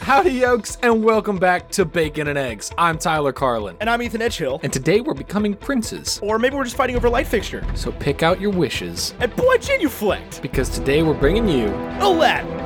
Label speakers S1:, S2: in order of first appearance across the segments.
S1: Howdy, yokes, and welcome back to Bacon and Eggs. I'm Tyler Carlin,
S2: And I'm Ethan Edgehill.
S1: and today we're becoming princes.
S2: Or maybe we're just fighting over a light fixture.
S1: So pick out your wishes,
S2: And boy, genuflect!
S1: because today we're bringing you
S2: Aladdin!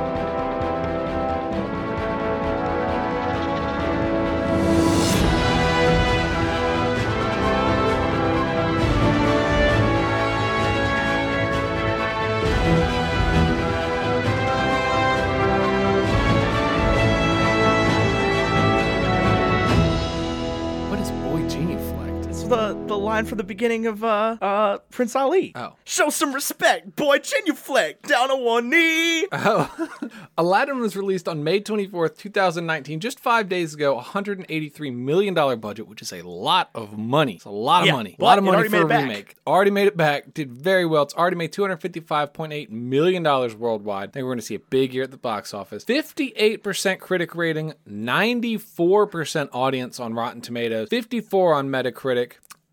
S1: what is boy genuflect?
S2: It's the, the line from the beginning of uh, uh, Prince Ali.
S1: Oh.
S2: Show some respect, boy, genuflect! Down on one knee!
S1: Oh, Aladdin was released on May 24th, 2019, just five days ago. $183 million budget, which is a lot of money. It's a lot of
S2: Yeah,
S1: money. A
S2: but
S1: lot of
S2: it
S1: money
S2: already
S1: for
S2: made
S1: a
S2: it back.
S1: remake. Already made it back. Did very well. It's already made $255.8 million worldwide. I think we're going to see a big year at the box office. 58% critic rating, 94% audience on Rotten Tomatoes, 54 on Metacritic.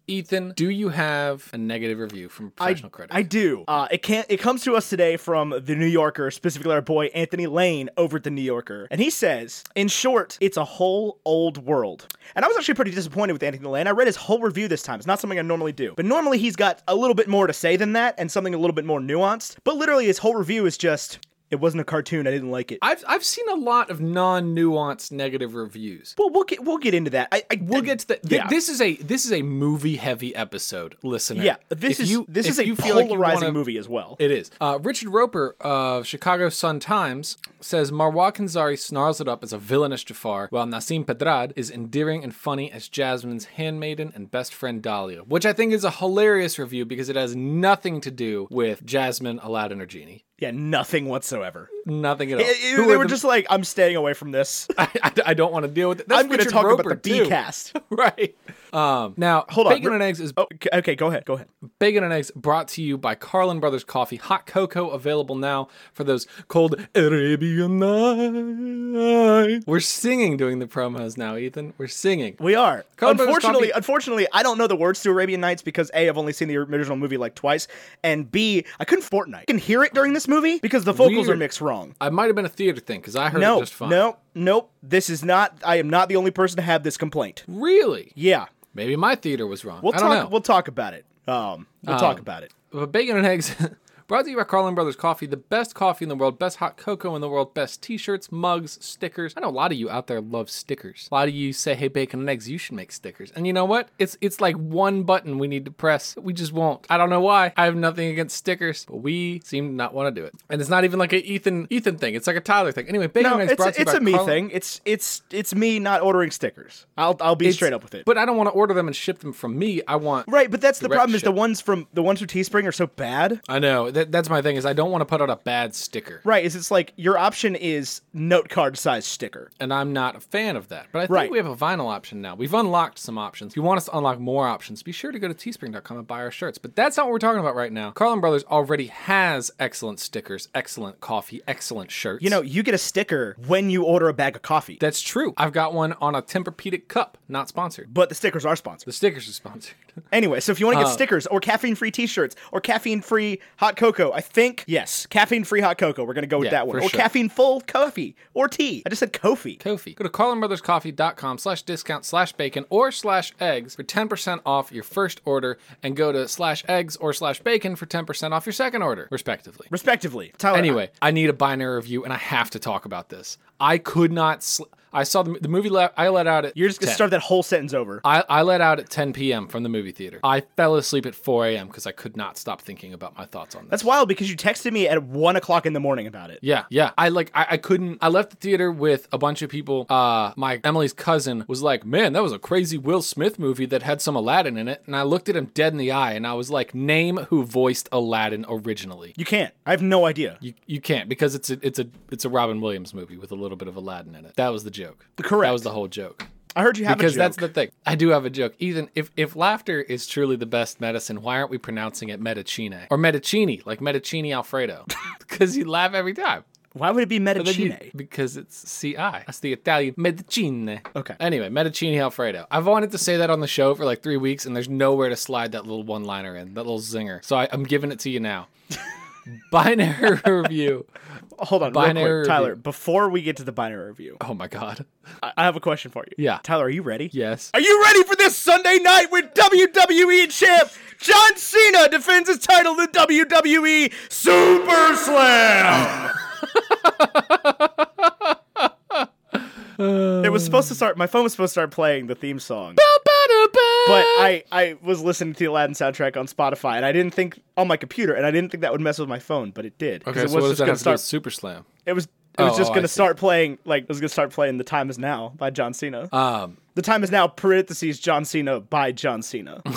S1: Ethan, do you have a negative review from a professional critic?
S2: I do. Uh, it can't. It comes to us today from the New Yorker, specifically our boy Anthony Lane over at the New Yorker, and he says, in short, it's a whole old world. And I was actually pretty disappointed with Anthony Lane. I read his whole review this time. It's not something I normally do, but normally he's got a little bit more to say than that, and something a little bit more nuanced. But literally, his whole review is just, it wasn't a cartoon. I didn't like it.
S1: I've I've seen a lot of non-nuanced negative reviews.
S2: well, we'll get we'll get into that. I, I
S1: We'll get to that. Th-
S2: yeah.
S1: This is a this is a movie heavy episode, listener.
S2: yeah. This
S1: If
S2: is
S1: you-
S2: this
S1: if
S2: is a
S1: you feel like you
S2: polarizing
S1: wanna-
S2: movie as well.
S1: It is. Uh, Richard Roper of Chicago Sun Times says Marwa Kanzari snarls it up as a villainous Jafar, while Nassim Pedrad is endearing and funny as Jasmine's handmaiden and best friend Dahlia, which I think is a hilarious review because it has nothing to do with Jasmine, Aladdin, or Genie.
S2: yeah, nothing whatsoever.
S1: Nothing at all.
S2: It- it-
S1: Who
S2: they
S1: are
S2: were
S1: the-
S2: just like, I'm staying away from this.
S1: I, I, I don't want to deal with it. That's
S2: I'm going to
S1: Richard
S2: talk
S1: Roper
S2: about the
S1: too.
S2: B cast.
S1: right. Um, now,
S2: Hold on.
S1: bacon and eggs is
S2: Oh, okay, okay, go ahead. Go ahead.
S1: bacon and eggs brought to you by Carlin Brothers Coffee, hot cocoa available now for those cold Arabian nights. We're singing during the promos now, Ethan. We're singing.
S2: We are.
S1: Colin Brothers
S2: unfortunately,
S1: Coffee-
S2: unfortunately, I don't know the words to Arabian Nights because A, I've only seen the original movie like twice, and B, I couldn't Fortnite. I can hear it during this movie because the vocals
S1: Weird.
S2: are mixed wrong.
S1: I might have been a theater thing because I heard it
S2: No,
S1: just fine.
S2: no, nope. This is not. I am not the only person to have this complaint.
S1: really?
S2: Yeah,
S1: Maybe my theater was wrong.
S2: we'll
S1: I don't
S2: talk.
S1: know.
S2: We'll talk about it. Um, we'll talk about it.
S1: But bacon and eggs. Brought to you by Carlin Brothers Coffee, the best coffee in the world, best hot cocoa in the world, best t-shirts, mugs, stickers. I know a lot of you out there love stickers. A lot of you say, "Hey, bacon and eggs, you should make stickers." And you know what? It's it's like one button we need to press. We just won't. I don't know why. I have nothing against stickers, but we seem to not want to do it. And it's not even like a Ethan Ethan thing. It's like a Tyler thing. Anyway, bacon
S2: No,
S1: and eggs.
S2: it's
S1: brought to you
S2: it's
S1: by
S2: a me
S1: Carlin-
S2: thing. It's it's it's me not ordering stickers. I'll I'll be straight up with it.
S1: But I don't want to order them and ship them from me. I want
S2: Right, but that's the problem is
S1: ship.
S2: the ones from the ones from Teespring are so bad.
S1: I know that, that's my thing is I don't want to put out a bad sticker.
S2: Right, is it's like your option is note card size sticker.
S1: and I'm not a fan of that. But I think
S2: Right.
S1: we have a vinyl option now. We've unlocked some options. If you want us to unlock more options, be sure to go to teespring.com and buy our shirts. But that's not what we're talking about right now. Carlin Brothers already has excellent stickers, excellent coffee, excellent shirts.
S2: You know, you get a sticker when you order a bag of coffee.
S1: that's true. I've got one on a Tempur-Pedic cup, not sponsored.
S2: but the stickers are sponsored.
S1: The stickers are sponsored.
S2: Anyway, so if you want
S1: Uh.
S2: to get stickers or caffeine free t shirts or caffeine free hot cocoa, I think, yes, caffeine free hot cocoa. We're going to go with
S1: Yeah,
S2: that one.
S1: for
S2: Or
S1: sure.
S2: caffeine full coffee or tea. I just said Kofi.
S1: Kofi. Go to carlinbrotherscoffee.com slash discount slash bacon or slash eggs for 10% off your first order and go to slash eggs or slash bacon for 10% off your second order, respectively.
S2: Respectively. Tyler,
S1: Anyway, I need a binary review, and I have to talk about this. I could not. Sl- I saw the, the movie. Le- I let out at.
S2: You're just going to
S1: 10.
S2: start that whole sentence over.
S1: I, I let out at 10 p.m. from the movie theater. I fell asleep at 4 a.m. because I could not stop thinking about my thoughts on this.
S2: That's wild because you texted me at 1 o'clock in the morning about it.
S1: Yeah, yeah. I like I, I couldn't I left the theater with a bunch of people. Uh my Emily's cousin was like, Man, that was a crazy Will Smith movie that had some Aladdin in it. And I looked at him dead in the eye and I was like, Name who voiced Aladdin originally.
S2: You can't. I have no idea.
S1: You, you can't because it's a it's a it's a Robin Williams movie with a little bit of Aladdin in it. That was the joke.
S2: Correct.
S1: That was the whole joke.
S2: I heard you have
S1: Because
S2: a joke.
S1: that's the thing. I do have a joke. Ethan, if if laughter is truly the best medicine, why aren't we pronouncing it medicine or medicini like medicini Alfredo? Because you laugh every time.
S2: Why would it be
S1: But then you-
S2: Medicine?
S1: because it's CI. That's the Italian medicine.
S2: Okay.
S1: Anyway, medicini Alfredo. I've wanted to say that on the show for like three weeks, and there's nowhere to slide that little one liner in, that little zinger. So I, I'm giving it to you now. Binary review.
S2: Hold on,
S1: Binary
S2: binary
S1: review.
S2: Tyler. Before we get to the binary review,
S1: Oh my god.
S2: I, I have a question for you.
S1: Yeah.
S2: Tyler, are you ready?
S1: Yes.
S2: Are you ready for this Sunday night when WWE E champ John Cena defends his title in WWE Super Slam? it was supposed to start. My phone was supposed to start playing the theme song, but I I was listening to the Aladdin soundtrack on Spotify, and I didn't think on my computer, and I didn't think that would mess with my phone, but it did. 'cause
S1: okay,
S2: it
S1: so what does that
S2: gonna
S1: have to do with Super Slam?
S2: It was. It was
S1: Oh,
S2: just
S1: oh, I
S2: gonna
S1: see.
S2: start playing like it was gonna start playing "The Time Is Now" by John Cena.
S1: Um,
S2: The time is now parentheses John Cena by John Cena.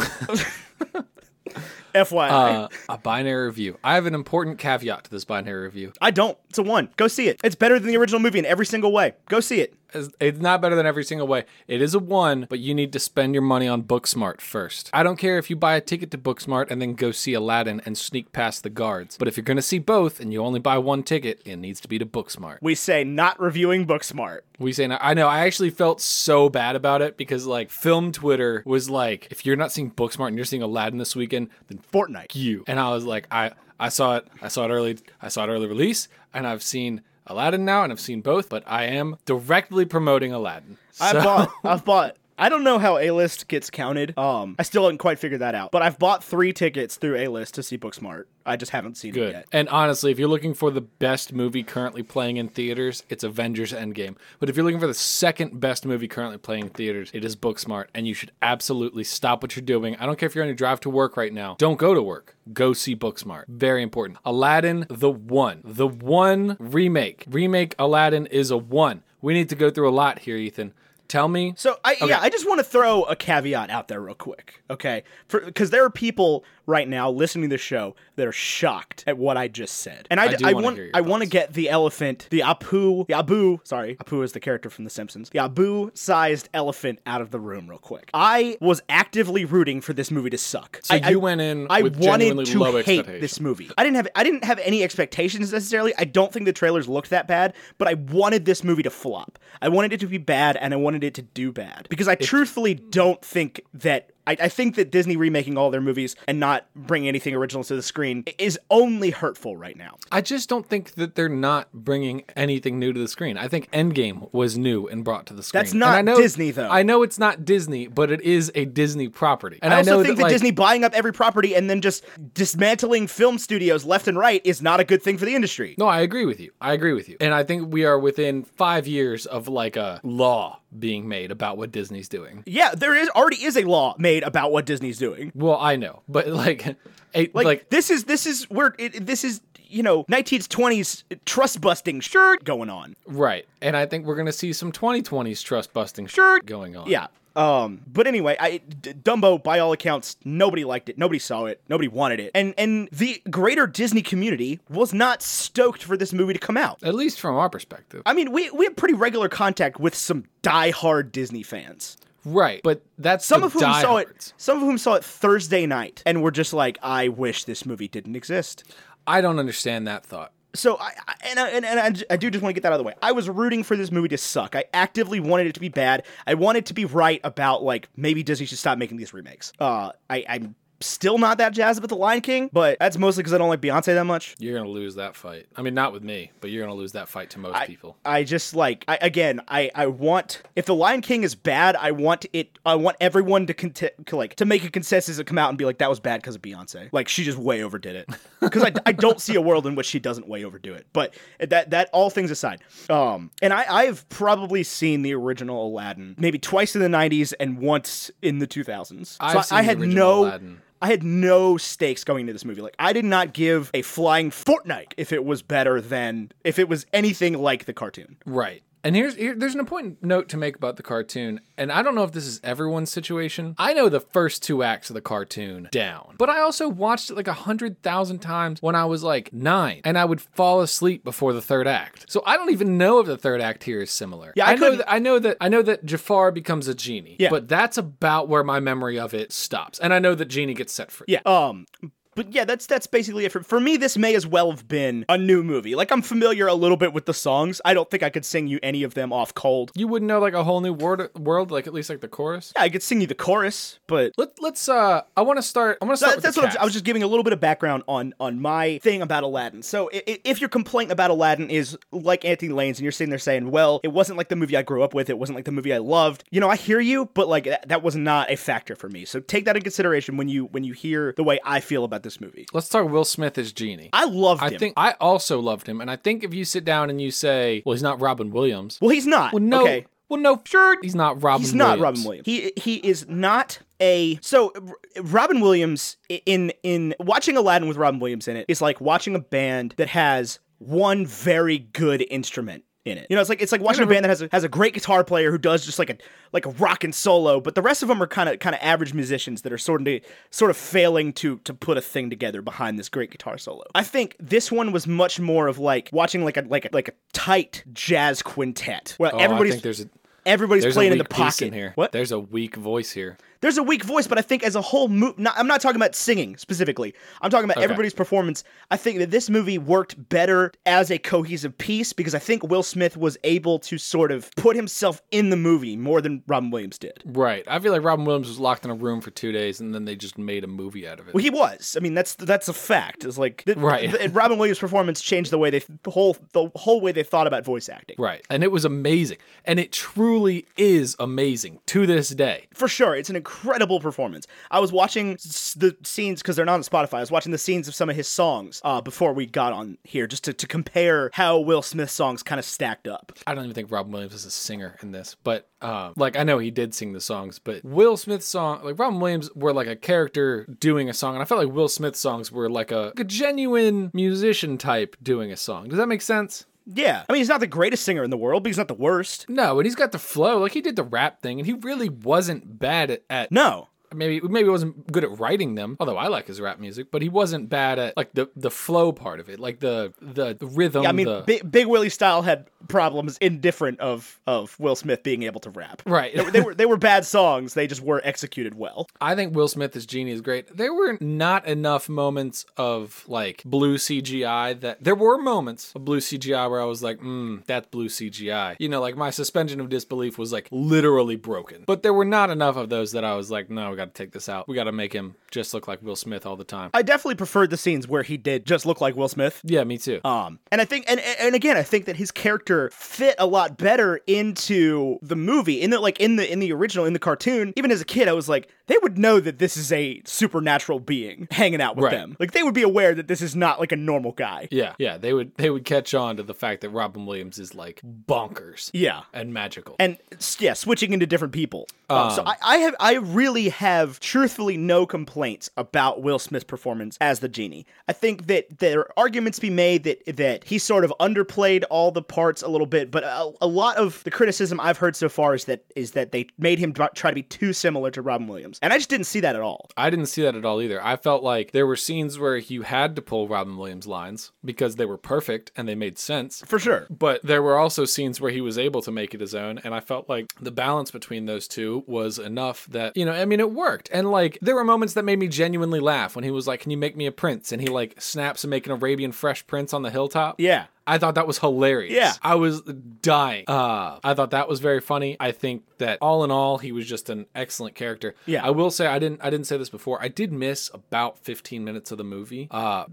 S2: FYI.
S1: uh, a binary review. I have an important caveat to this binary review.
S2: I don't. It's a one. Go see it. It's better than the original movie in every single way. Go see it.
S1: It's it's not better than every single way. It is a one, but you need to spend your money on Booksmart first. I don't care if you buy a ticket to Booksmart and then go see Aladdin and sneak past the guards. But if you're going to see both and you only buy one ticket, it needs to be to Booksmart.
S2: We say not reviewing Booksmart.
S1: We say, I know, I actually felt so bad about it because, like, film Twitter was like, if you're not seeing Booksmart and you're seeing Aladdin this weekend, then f
S2: Fortnite.
S1: you. And I was like, I, I saw it, I saw it early, I saw it early release, and I've seen Aladdin now and I've seen both, but I am directly promoting Aladdin.
S2: I've
S1: So-
S2: bought. I've bought. I don't know how A List gets counted. Um, I still haven't quite figured that out. But I've bought three tickets through A List to see Booksmart. I just haven't seen it
S1: Good.
S2: yet.
S1: And honestly, if you're looking for the best movie currently playing in theaters, it's Avengers Endgame. But if you're looking for the second best movie currently playing in theaters, it is Booksmart. And you should absolutely stop what you're doing. I don't care if you're on your drive to work right now. Don't go to work. Go see Booksmart. Very important. Aladdin, the one. The one remake. Remake Aladdin is a one. We need to go through a lot here, Ethan. Tell me.
S2: So I yeah, I just want to throw a caveat out there real quick, okay? Because there are people right now listening to the show that are shocked at what I just said, and I, d-
S1: do
S2: I
S1: wanna
S2: want
S1: hear your
S2: I want to get the elephant, the Apu, the Abu, sorry, Apu is the character from The Simpsons, the Abu-sized elephant out of the room real quick. I was actively rooting for this movie to suck.
S1: So
S2: I,
S1: you
S2: I-
S1: went in
S2: I
S1: with
S2: wanted
S1: genuinely
S2: to
S1: low
S2: hate
S1: expectations.
S2: this movie. I didn't have I didn't have any expectations necessarily. I don't think the trailers looked that bad, but I wanted this movie to flop. I wanted it to be bad and I wanted it to do bad because I truthfully don't think that I, I think that Disney remaking all their movies and not bringing anything original to the screen is only hurtful right now.
S1: I just don't think that they're not bringing anything new to the screen. I think Endgame was new and brought to the screen.
S2: That's
S1: And
S2: not
S1: I know,
S2: Disney, though.
S1: I know it's not Disney, but it is a Disney property. And I,
S2: I also
S1: know
S2: think
S1: that,
S2: that,
S1: like,
S2: Disney buying up every property and then just dismantling film studios left and right is not a good thing for the industry.
S1: No, I agree with you. I agree with you. And I think we are within five years of like a law being made about what Disney's doing.
S2: Yeah, there is already is a law made about what Disney's doing.
S1: Well, I know, but like, a, like,
S2: Like, this is this is where it, it- this is you know 1920s trust busting shirt going on.
S1: right. And I think we're gonna see some 2020s trust busting shirt going on.
S2: Yeah. Um. But anyway, I D- Dumbo by all accounts nobody liked it, nobody saw it, nobody wanted it, and and the greater Disney community was not stoked for this movie to come out.
S1: At least from our perspective.
S2: I mean, we we have pretty regular contact with some diehard Disney fans.
S1: right. But that's
S2: Some
S1: the
S2: of whom saw
S1: diehards.
S2: it. Some of whom saw it Thursday night and were just like, "I wish this movie didn't exist."
S1: I don't understand that thought.
S2: so I, I and I, and, and I, j- I do just want to get that out of the way. I was rooting for this movie to suck. I actively wanted it to be bad. I wanted to be right about like maybe Disney should stop making these remakes. Uh, I, I'm still not that jazzed about the Lion King, but that's mostly because I don't like Beyonce that much.
S1: You're gonna lose that fight. I mean, not with me, but you're gonna lose that fight to most people.
S2: I just like I again I I want if the Lion King is bad, I want it. I want everyone to cont- to, like to make a consensus and come out and be like that was bad because of Beyonce. Like she just way overdid it. Because I, I don't see a world in which she doesn't way overdo it. But that that all things aside, um, and I I've probably seen the original Aladdin maybe twice in the '90s and once in the 2000s.
S1: I've
S2: so I-
S1: seen
S2: I
S1: the
S2: had
S1: original
S2: no.
S1: Aladdin.
S2: I had no stakes going into this movie. Like I did not give a flying Fortnite if it was better than if it was anything like the cartoon.
S1: Right. And here's here, there's an important note to make about the cartoon, and I don't know if this is everyone's situation. I know the first two acts of the cartoon down, but I also watched it like a hundred thousand times when I was like nine, and I would fall asleep before the third act. So I don't even know if the third act here is similar.
S2: Yeah, I
S1: know
S2: couldn't-
S1: that I know that I know that Jafar becomes a genie,
S2: Yeah.
S1: but that's about where my memory of it stops, and I know that genie gets set free.
S2: Yeah. Um But yeah, that's that's basically it for, for me. This may as well have been a new movie. Like I'm familiar a little bit with the songs. I don't think I could sing you any of them off cold.
S1: You wouldn't know like a whole new word, world, like at least like the chorus.
S2: Yeah, I could sing you the chorus, but
S1: Let, let's. uh I want to start. I want to start. with
S2: that's
S1: the
S2: what I'm,
S1: cast.
S2: I was just giving a little bit of background on on my thing about Aladdin. So i- i- if your complaint about Aladdin is like Anthony Lane's, and you're sitting there saying, "Well, it wasn't like the movie I grew up with. It wasn't like the movie I loved," you know, I hear you, but like that, that was not a factor for me. So take that in consideration when you when you hear the way I feel about this movie.
S1: Let's talk Will Smith as Genie.
S2: I loved
S1: I
S2: him.
S1: think I also loved him, and I think if you sit down and you say, "Well, he's not Robin Williams,"
S2: well, he's not.
S1: well, no,
S2: Okay.
S1: well, no, sure, he's not Robin.
S2: He's not
S1: Williams.
S2: Robin Williams. He he is not a so R- Robin Williams i- in in watching Aladdin with Robin Williams in it is like watching a band that has one very good instrument in it. You know, it's like it's like watching a band that has a, has a great guitar player who does just like a like a rock and solo, but the rest of them are kind of kind of average musicians that are sort of sort of failing to to put a thing together behind this great guitar solo. I think this one was much more of like watching like a like a like a tight jazz quintet where
S1: Oh, I
S2: everybody's
S1: think there's a
S2: everybody's
S1: there's
S2: playing
S1: a
S2: in
S1: weak
S2: the
S1: piece
S2: pocket
S1: in here.
S2: What?
S1: There's a weak voice here.
S2: There's a weak voice, but I think as a whole, mo- not, I'm not talking about singing specifically. I'm talking about everybody's performance. I think that this movie worked better as a cohesive piece because I think Will Smith was able to sort of put himself in the movie more than Robin Williams did.
S1: Right. I feel like Robin Williams was locked in a room for two days, and then they just made a movie out of it.
S2: Well, he was. I mean, that's that's a fact. It's like th-
S1: Right.
S2: th- Robin Williams' performance changed the way they the whole the whole way they thought about voice acting.
S1: Right. And it was amazing. And it truly is amazing to this day.
S2: for sure it's an incredible performance i was watching s- the scenes because they're not on spotify i was watching the scenes of some of his songs uh, before we got on here just to, to compare how will smith's songs kind of stacked up
S1: I don't even think Robin Williams is a singer in this, but um, like I know he did sing the songs, but Will Smith's song, like Robin Williams, were like a character doing a song, and I felt like Will Smith's songs were like a, like a genuine musician type doing a song. Does that make sense?
S2: yeah i mean he's not the greatest singer in the world but he's not the worst
S1: No, and he's got the flow. Like he did the rap thing, and he really wasn't bad at, at
S2: no
S1: maybe maybe he wasn't good at writing them although i like his rap music but he wasn't bad at like the the flow part of it like the the, the rhythm
S2: i mean
S1: the,
S2: Bi- big willie style had problems indifferent of of will smith being able to rap
S1: right
S2: they were they were bad songs they just were executed well
S1: i think will smith as genie is great there were not enough moments of like blue cgi that there were moments of blue cgi where i was like mm that's blue cgi you know like my suspension of disbelief was like literally broken but there were not enough of those that i was like no we gotta take this out we gotta make him just look like will smith all the time
S2: i definitely preferred the scenes where he did just look like will smith
S1: yeah me too
S2: Um, and I think, and and again, I think that his character fit a lot better into the movie. In that, like in the in the original, in the cartoon, even as a kid, I was like, they would know that this is a supernatural being hanging out with
S1: Right.
S2: them. Like they would be aware that this is not like a normal guy.
S1: Yeah, yeah, they would they would catch on to the fact that Robin Williams is like bonkers
S2: Yeah.
S1: and magical.
S2: And s- yeah, switching into different people. Um, so I, I have, I really have, truthfully, no complaints about Will Smith's performance as the genie. I think that there are arguments to be made that that he sort of underplayed all the parts a little bit, but a, a lot of the criticism I've heard so far is that is that they made him dr- try to be too similar to Robin Williams, and I just didn't see that at all.
S1: I didn't see that at all either. I felt like there were scenes where you had to pull Robin Williams lines because they were perfect and they made sense.
S2: For sure.
S1: But there were also scenes where he was able to make it his own, and I felt like the balance between those two was enough that you know, I mean, it worked. And like, there were moments that made me genuinely laugh when he was like, "Can you make me a prince?" and he like snaps and make an Arabian Fresh Prince on the hilltop.
S2: Yeah.
S1: I thought that was hilarious.
S2: Yeah.
S1: I was dying. Uh, I thought that was very funny. I think that all in all, he was just an excellent character.
S2: Yeah.
S1: I will say I didn't I didn't say this before. I did miss about 15 minutes of the movie. Uh,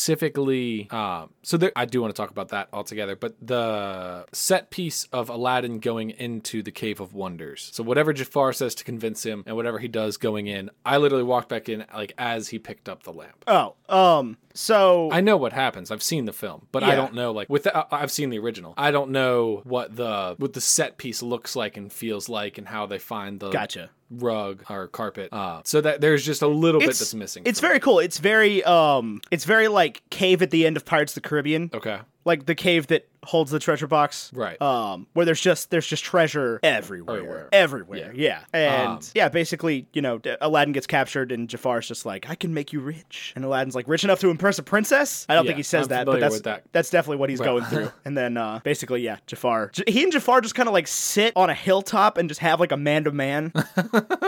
S1: specifically, um, so there, I do want to talk about that altogether. But the set piece of Aladdin going into the Cave of Wonders. So whatever Jafar says to convince him, and whatever he does going in, I literally walked back in like as he picked up the lamp.
S2: Oh. Um. So.
S1: I know what happens. I've seen the film, but
S2: Yeah.
S1: I don't know like with the, I- I've seen the original. I don't know what the what the set piece looks like and feels like and how they find the
S2: Gotcha.
S1: rug or carpet. Uh, so that there's just a little bit that's missing.
S2: It's
S1: from
S2: very cool. It's very um it's very like cave at the end of Pirates of the Caribbean.
S1: it. okay.
S2: like the cave that holds the treasure box
S1: Right. Oh,
S2: um where there's just there's just treasure everywhere everywhere,
S1: Everywhere.
S2: yeah, and
S1: Um,
S2: yeah basically you know D- aladdin gets captured and jafar's just like i can make you rich and aladdin's like rich enough to impress a princess i don't
S1: Yeah,
S2: think he says
S1: I'm
S2: that but
S1: familiar
S2: that's
S1: with that.
S2: that's definitely what he's going through and then uh basically yeah jafar J- he and jafar just kind of like sit on a hilltop and just have like a man to man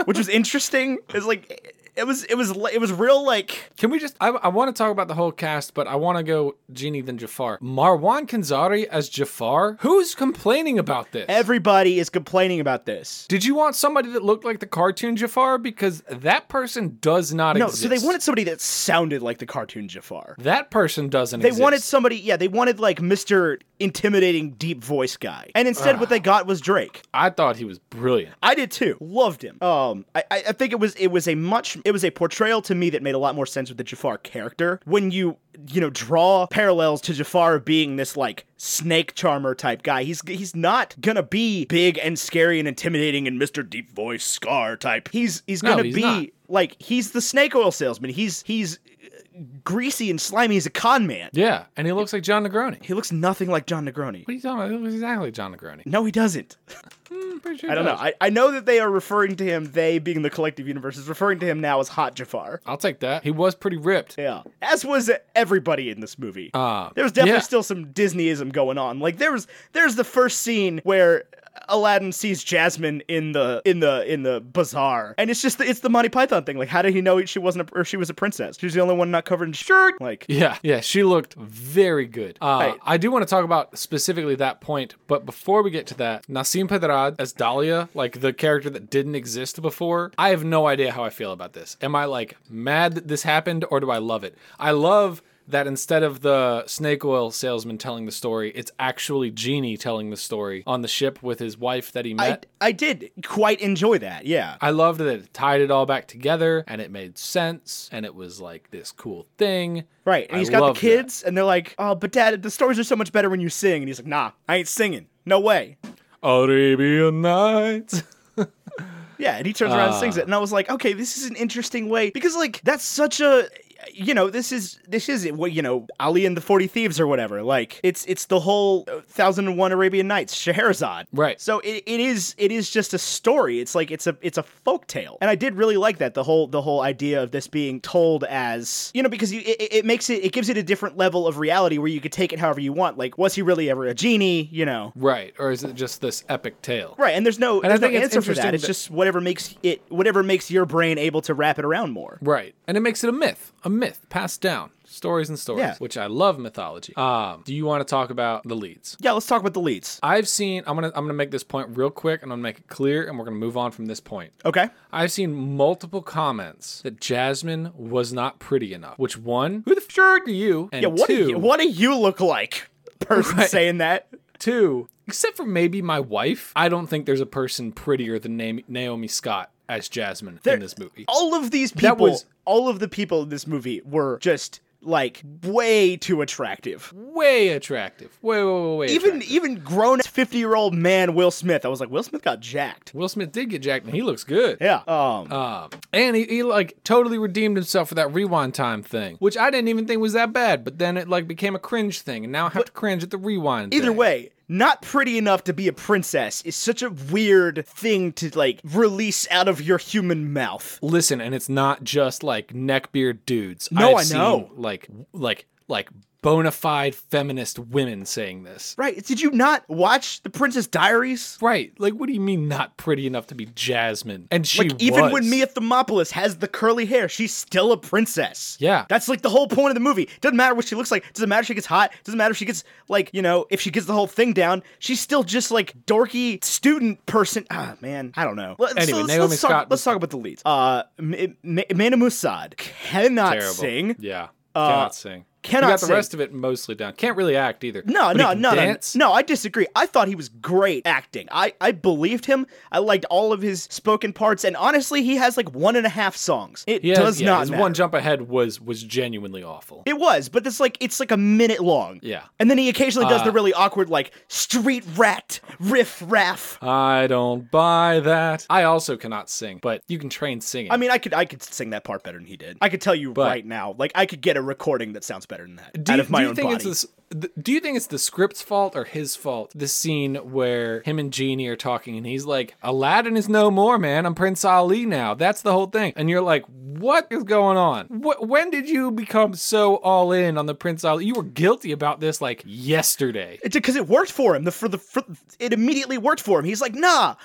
S2: which was interesting it's like It was it was it was real like
S1: Can we just? I, I want to talk about the whole cast, but I want to go genie than Jafar. Marwan Kanzari as Jafar. Who's complaining about this?
S2: everybody is complaining about this.
S1: Did you want somebody that looked like the cartoon Jafar? Because that person does not
S2: No,
S1: exist.
S2: so they wanted somebody that sounded like the cartoon Jafar.
S1: that person doesn't.
S2: They wanted somebody, yeah, they wanted like Mr. intimidating deep voice guy. And instead what they got was Drake.
S1: I thought he was brilliant.
S2: I did too. Loved him. Um, I, I I think it was it was a much it was a portrayal to me that made a lot more sense with the Jafar character when you you know draw parallels to Jafar being this like snake charmer type guy. He's he's not gonna be big and scary and intimidating and Mr. Deep Voice Scar type. He's he's
S1: No,
S2: gonna
S1: he's
S2: be
S1: not.
S2: like he's the snake oil salesman. He's he's uh, greasy and slimy. He's a con man.
S1: Yeah, and he looks like John Negroni.
S2: He looks nothing like John Negroni.
S1: What are you talking about? He looks exactly like John Negroni.
S2: No, he doesn't.
S1: I'm Hmm, pretty sure he
S2: I don't know.
S1: does.
S2: I, I know that they are referring to him, they being the collective universe, is referring to him now as Hot Jafar.
S1: I'll take that. He was pretty ripped.
S2: Yeah. As was everybody in this movie.
S1: Uh,
S2: there was definitely
S1: yeah.
S2: still some Disneyism going on. Like there was there's the first scene where Aladdin sees Jasmine in the in the in the bazaar. And it's just the, it's the Monty Python thing. Like how did he know she wasn't a, or she was a princess? She was the only one not covered in shirt. Like
S1: Yeah, yeah, she looked very good. Uh,
S2: Right.
S1: I do want to talk about specifically that point, but before we get to that, Nassim Pedrad as Dahlia, like the character that didn't exist before, I have no idea how I feel about this. Am I like mad that this happened or do I love it? I love that instead of the snake oil salesman telling the story, it's actually Genie telling the story on the ship with his wife that he
S2: I,
S1: met.
S2: I did quite enjoy that. Yeah.
S1: I loved that it tied it all back together and it made sense and it was like this cool thing.
S2: Right. And
S1: I
S2: he's got
S1: love that.
S2: the kids, and they're like, oh, but dad, the stories are so much better when you sing. And he's like, nah, I ain't singing. No way.
S1: Arabian Nights.
S2: Yeah. And he turns around and sings it. And I was like, okay, this is an interesting way. Because, like, that's such a. You know, this is this is what you know, Ali and the Forty Thieves or whatever. Like, it's it's the whole uh, Thousand and One Arabian Nights, Scheherazade.
S1: Right.
S2: So it, it is it is just a story. It's like it's a it's a folk tale, and I did really like that the whole the whole idea of this being told as you know because you it, it- it makes it it gives it a different level of reality where you could take it however you want. Like was he really ever a genie? You know.
S1: Right, or is it just this epic tale?
S2: Right, and there's no,
S1: I
S2: there's no
S1: think it's
S2: answer for that.
S1: interesting
S2: It's
S1: that-
S2: just whatever makes it, whatever makes your brain able to wrap it around more.
S1: Right. And it makes it a myth, a myth passed down, stories and stories,
S2: Yeah.
S1: which I love mythology. Um, do you want to talk about the leads?
S2: Yeah, let's talk about the leads.
S1: I've seen I'm going to I'm going to make this point real quick and I'm going to make it clear and we're going to move on from this point.
S2: Okay,
S1: I've seen multiple comments that Jasmine was not pretty enough. Which one? Who the f- sure do you? And
S2: yeah, what
S1: two,
S2: do you, what do you look like? Person saying that.
S1: two, except for maybe my wife, I don't think there's a person prettier than Na- Naomi Scott as Jasmine in this movie.
S2: all of these people
S1: was-
S2: all of the people in this movie were just like way too attractive.
S1: Way attractive. Way, way, way, way
S2: Even
S1: attractive.
S2: even grown 50-year-old man Will Smith. I was like Will Smith got jacked.
S1: Will Smith did get jacked, and he looks good.
S2: Yeah. Um
S1: Um, and he, he like totally redeemed himself for that rewind time thing, which I didn't even think was that bad. But then it like became a cringe thing, and now I have to cringe at the rewind.
S2: either
S1: thing.
S2: way, not pretty enough to be a princess is such a weird thing to like release out of your human mouth.
S1: listen, and it's not just like neckbeard dudes.
S2: No,
S1: I've
S2: I know.
S1: seen, like, like, like bona fide feminist women saying this.
S2: Right. Did you not watch The Princess Diaries?
S1: Right? Like, what do you mean not pretty enough to be Jasmine? And she
S2: Like even
S1: was.
S2: when Mia Thermopolis has the curly hair, she's still a princess.
S1: Yeah.
S2: That's like the whole point of the movie. Doesn't matter what she looks like, doesn't matter if she gets hot, doesn't matter if she gets like, you know, if she gets the whole thing down, she's still just like dorky student person. Ah, man, I don't know. Let's,
S1: Anyway,
S2: let's,
S1: Naomi
S2: let's talk,
S1: Scott
S2: let's talk about the leads. Uh M- M- Mena Musad cannot
S1: terrible.
S2: sing. uh,
S1: Yeah, cannot sing.
S2: cannot
S1: you got the
S2: sing.
S1: rest of it mostly down. Can't really act either.
S2: No,
S1: But he
S2: no,
S1: can
S2: no, no,
S1: dance.
S2: no. I disagree. I thought he was great acting. I, I believed him. I liked all of his spoken parts, and honestly, he has like one and a half songs. It
S1: He has-
S2: does
S1: yeah,
S2: not
S1: his
S2: matter.
S1: one jump ahead was was genuinely awful.
S2: It was, but it's like it's like a minute long.
S1: Yeah. Uh.
S2: And then he occasionally does the really awkward like street rat riff raff.
S1: I don't buy that. I also cannot sing, but you can train singing.
S2: I mean, I could I could sing that part better than he did. I could tell you right now, like I could get a recording that sounds better than that
S1: do
S2: out
S1: you,
S2: of my
S1: do you
S2: own
S1: think
S2: body.
S1: it's this? th- Do you think it's the script's fault or his fault? The scene where him and Genie are talking, and he's like, "Aladdin is no more, man. I'm Prince Ali now. That's the whole thing." And you're like, "What is going on? Wh- when did you become so all in on the Prince Ali? You were guilty about this like yesterday."
S2: It's because it worked for him. The for the for, it immediately worked for him. He's like, nah.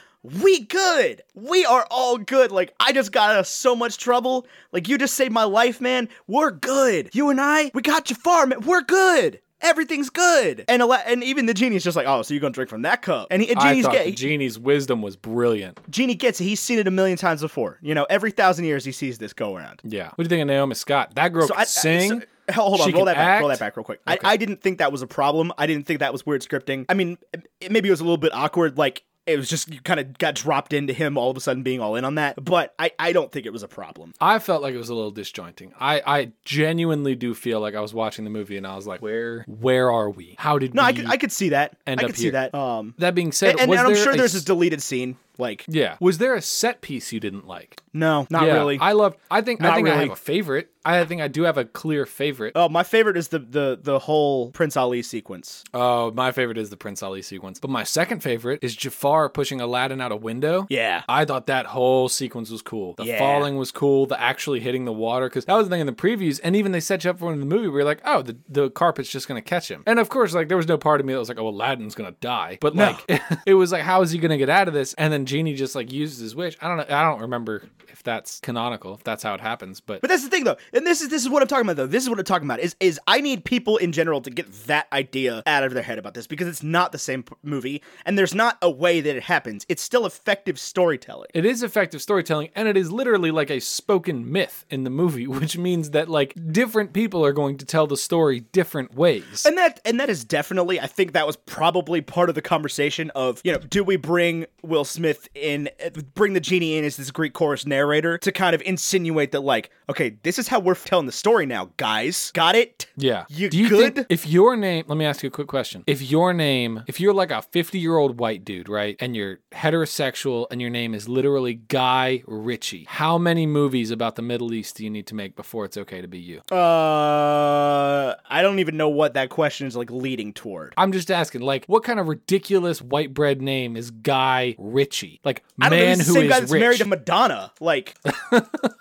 S2: we good. We are all good. Like, I just got out of so much trouble. Like, you just saved my life, man. We're good. You and I, we got you far, man. We're good. Everything's good. And ele- and even the genie's just like, oh, so you're gonna drink from that cup. And, he, and
S1: I
S2: genie's
S1: thought
S2: gay.
S1: the genie's wisdom was brilliant.
S2: Genie gets it. He's seen it a million times before. You know, every thousand years he sees this go around.
S1: Yeah. What do you think of Naomi Scott? That girl
S2: So
S1: can
S2: I- I-
S1: sing.
S2: so- hold on,
S1: She
S2: roll
S1: can
S2: that back. Roll
S1: act.
S2: that back real quick. I, I didn't think that was a problem. I didn't think that was weird scripting. I mean, it, maybe it was a little bit awkward. Like it was just you kind of got dropped into him all of a sudden being all in on that. But I, I don't think it was a problem.
S1: I felt like it was a little disjointing. I, I genuinely do feel like I was watching the movie and I was like, where where are we? How did
S2: No,
S1: we?
S2: I could I could see that.
S1: End
S2: I
S1: up
S2: could see
S1: here.
S2: that. Um,
S1: that being said,
S2: and, and
S1: was
S2: I'm
S1: there
S2: sure
S1: a
S2: there's this
S1: s-
S2: deleted scene. Like,
S1: yeah. Was there a set piece you didn't like?
S2: no, not
S1: Yeah,
S2: really.
S1: I love. I think. I
S2: Not
S1: think I
S2: really.
S1: have a favorite. I think I do have a clear favorite.
S2: oh, my favorite is the the the whole Prince Ali sequence.
S1: Oh, my favorite is the Prince Ali sequence. But my second favorite is Jafar pushing Aladdin out a window.
S2: Yeah.
S1: I thought that whole sequence was cool. The
S2: Yeah.
S1: falling was cool. The actually hitting the water, because that was the thing in the previews, and even they set you up for it in the movie. where you are like, oh, the, the carpet's just gonna catch him. And of course, like there was no part of me that was like, oh, Aladdin's gonna die. But
S2: No.
S1: like, it was like, how is he gonna get out of this? And then Genie just like uses his wish. I don't know. I don't remember if that's canonical, if that's how it happens. But
S2: But that's the thing though. And this is this is what I'm talking about though. This is what I'm talking about is is I need people in general to get that idea out of their head about this because it's not the same p- movie and there's not a way that it happens. It's still effective storytelling.
S1: It is effective storytelling, and it is literally like a spoken myth in the movie, which means that like different people are going to tell the story different ways.
S2: And that and that is definitely I think that was probably part of the conversation of, you know, do we bring Will Smith in uh, bring the genie in as this Greek chorus narrator to kind of insinuate that like, okay, this is how we're telling the story now, guys. Got it?
S1: yeah.
S2: You
S1: Do you
S2: good?
S1: think if your name, let me ask you a quick question. If your name, if you're like a 50 year old white dude, right, and you're heterosexual and your name is literally Guy Ritchie, how many movies about the Middle East do you need to make before it's okay to be you?
S2: Uh, I don't even know what that question is like leading toward.
S1: I'm just asking, like, what kind of ridiculous white bread name is Guy Ritchie? Like,
S2: I don't know,
S1: man
S2: he's the
S1: who
S2: same guy
S1: is
S2: that's
S1: rich.
S2: married to Madonna. Like,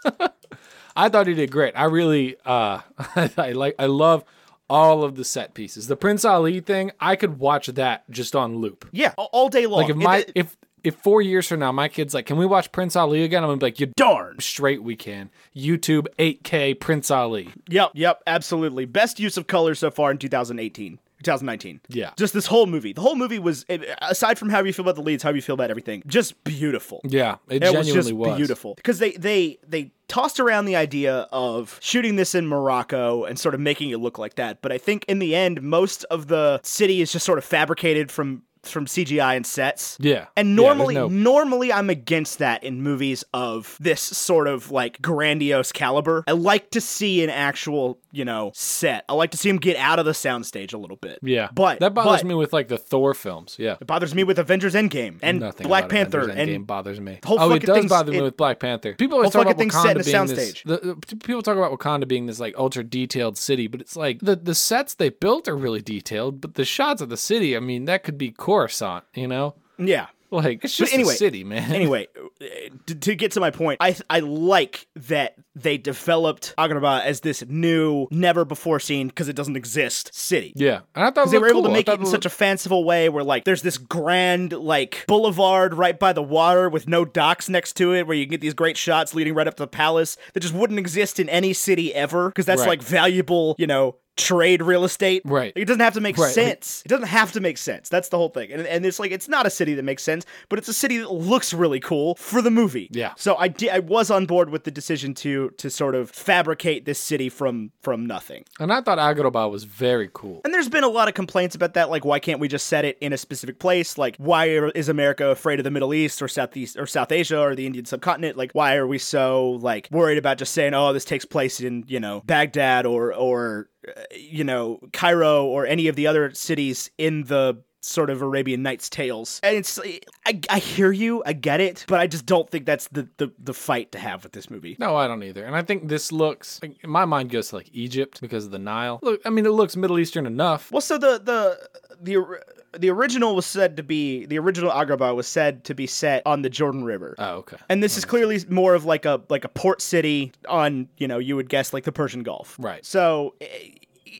S1: I thought he did great. I really, uh, I like, I love all of the set pieces. The Prince Ali thing, I could watch that just on loop.
S2: yeah, all- all day long.
S1: Like if
S2: And
S1: my
S2: it-
S1: if if four years from now my kid's like, can we watch Prince Ali again? I'm gonna be like, you
S2: darn.
S1: straight we can. YouTube 8K Prince Ali.
S2: Yep, yep, absolutely. Best use of color so far in 2018. 2019.
S1: Yeah.
S2: Just this whole movie. The whole movie was, eh, aside from how you feel about the leads, how you feel about everything, just beautiful.
S1: Yeah, it,
S2: It was
S1: genuinely was,
S2: just beautiful because they they they tossed around the idea of shooting this in Morocco and sort of making it look like that. But I think in the end, most of the city is just sort of fabricated from from CGI and sets.
S1: Yeah.
S2: And
S1: Yeah, there's
S2: normally,
S1: no-
S2: normally I'm against that in movies of this sort of like grandiose caliber. I like to see an actual, you know, set. I like to see him get out of the soundstage a little bit.
S1: Yeah,
S2: but
S1: that bothers
S2: but
S1: me with like the Thor films. Yeah,
S2: It bothers me with Avengers Endgame and
S1: nothing.
S2: Black
S1: about Avengers
S2: Panther and
S1: Endgame bothers me.
S2: whole
S1: oh, it
S2: fucking
S1: does
S2: thing's-
S1: bother me
S2: it-
S1: with Black Panther. People always
S2: whole
S1: talk about
S2: fucking thing's set in
S1: Wakanda being
S2: a
S1: this.
S2: soundstage.
S1: The, the- people talk about Wakanda being this like ultra detailed city, but it's like the the sets they built are really detailed, but the shots of the city, I mean, that could be Coruscant, you know.
S2: yeah.
S1: Like it's just
S2: anyway-
S1: a city, man.
S2: anyway, to, to get to my point, I I like that they developed Agaraba as this new, never before seen because it doesn't exist city.
S1: yeah, and I thought it
S2: They were
S1: looked
S2: able to
S1: cool. I
S2: make
S1: thought
S2: it in such a fanciful way where like there's this grand like boulevard right by the water with no docks next to it where you can get these great shots leading right up to the palace that just wouldn't exist in any city ever because that's
S1: Right.
S2: like valuable, you know, trade real estate.
S1: Right.
S2: It doesn't have to make
S1: Right, like-
S2: sense. it doesn't have to make sense. That's the whole thing. And, and it's like it's not a city that makes sense, but it's a city that looks really cool for the movie.
S1: Yeah.
S2: So I did, I was on board with the decision to to sort of fabricate this city from from nothing.
S1: and I thought Agarobah was very cool.
S2: And there's been a lot of complaints about that, like why can't we just set it in a specific place? Like why are- is America afraid of the Middle East or Southeast or South Asia or the Indian subcontinent? Like why are we so like worried about just saying, oh, this takes place in you know Baghdad or or uh, you know Cairo or any of the other cities in the sort of Arabian Nights tales? And it's I, I hear you, I get it, but I just don't think that's the the, the fight to have with this movie.
S1: No, I don't either. And I think this looks like my mind goes to like Egypt because of the Nile. Look, I mean, it looks Middle Eastern enough.
S2: Well, so the the the or- the original was said to be the original Agrabah was said to be set on the Jordan River.
S1: Oh, okay.
S2: and this is clearly more of like a like a port city on you know you would guess like the Persian Gulf,
S1: Right.
S2: So, eh,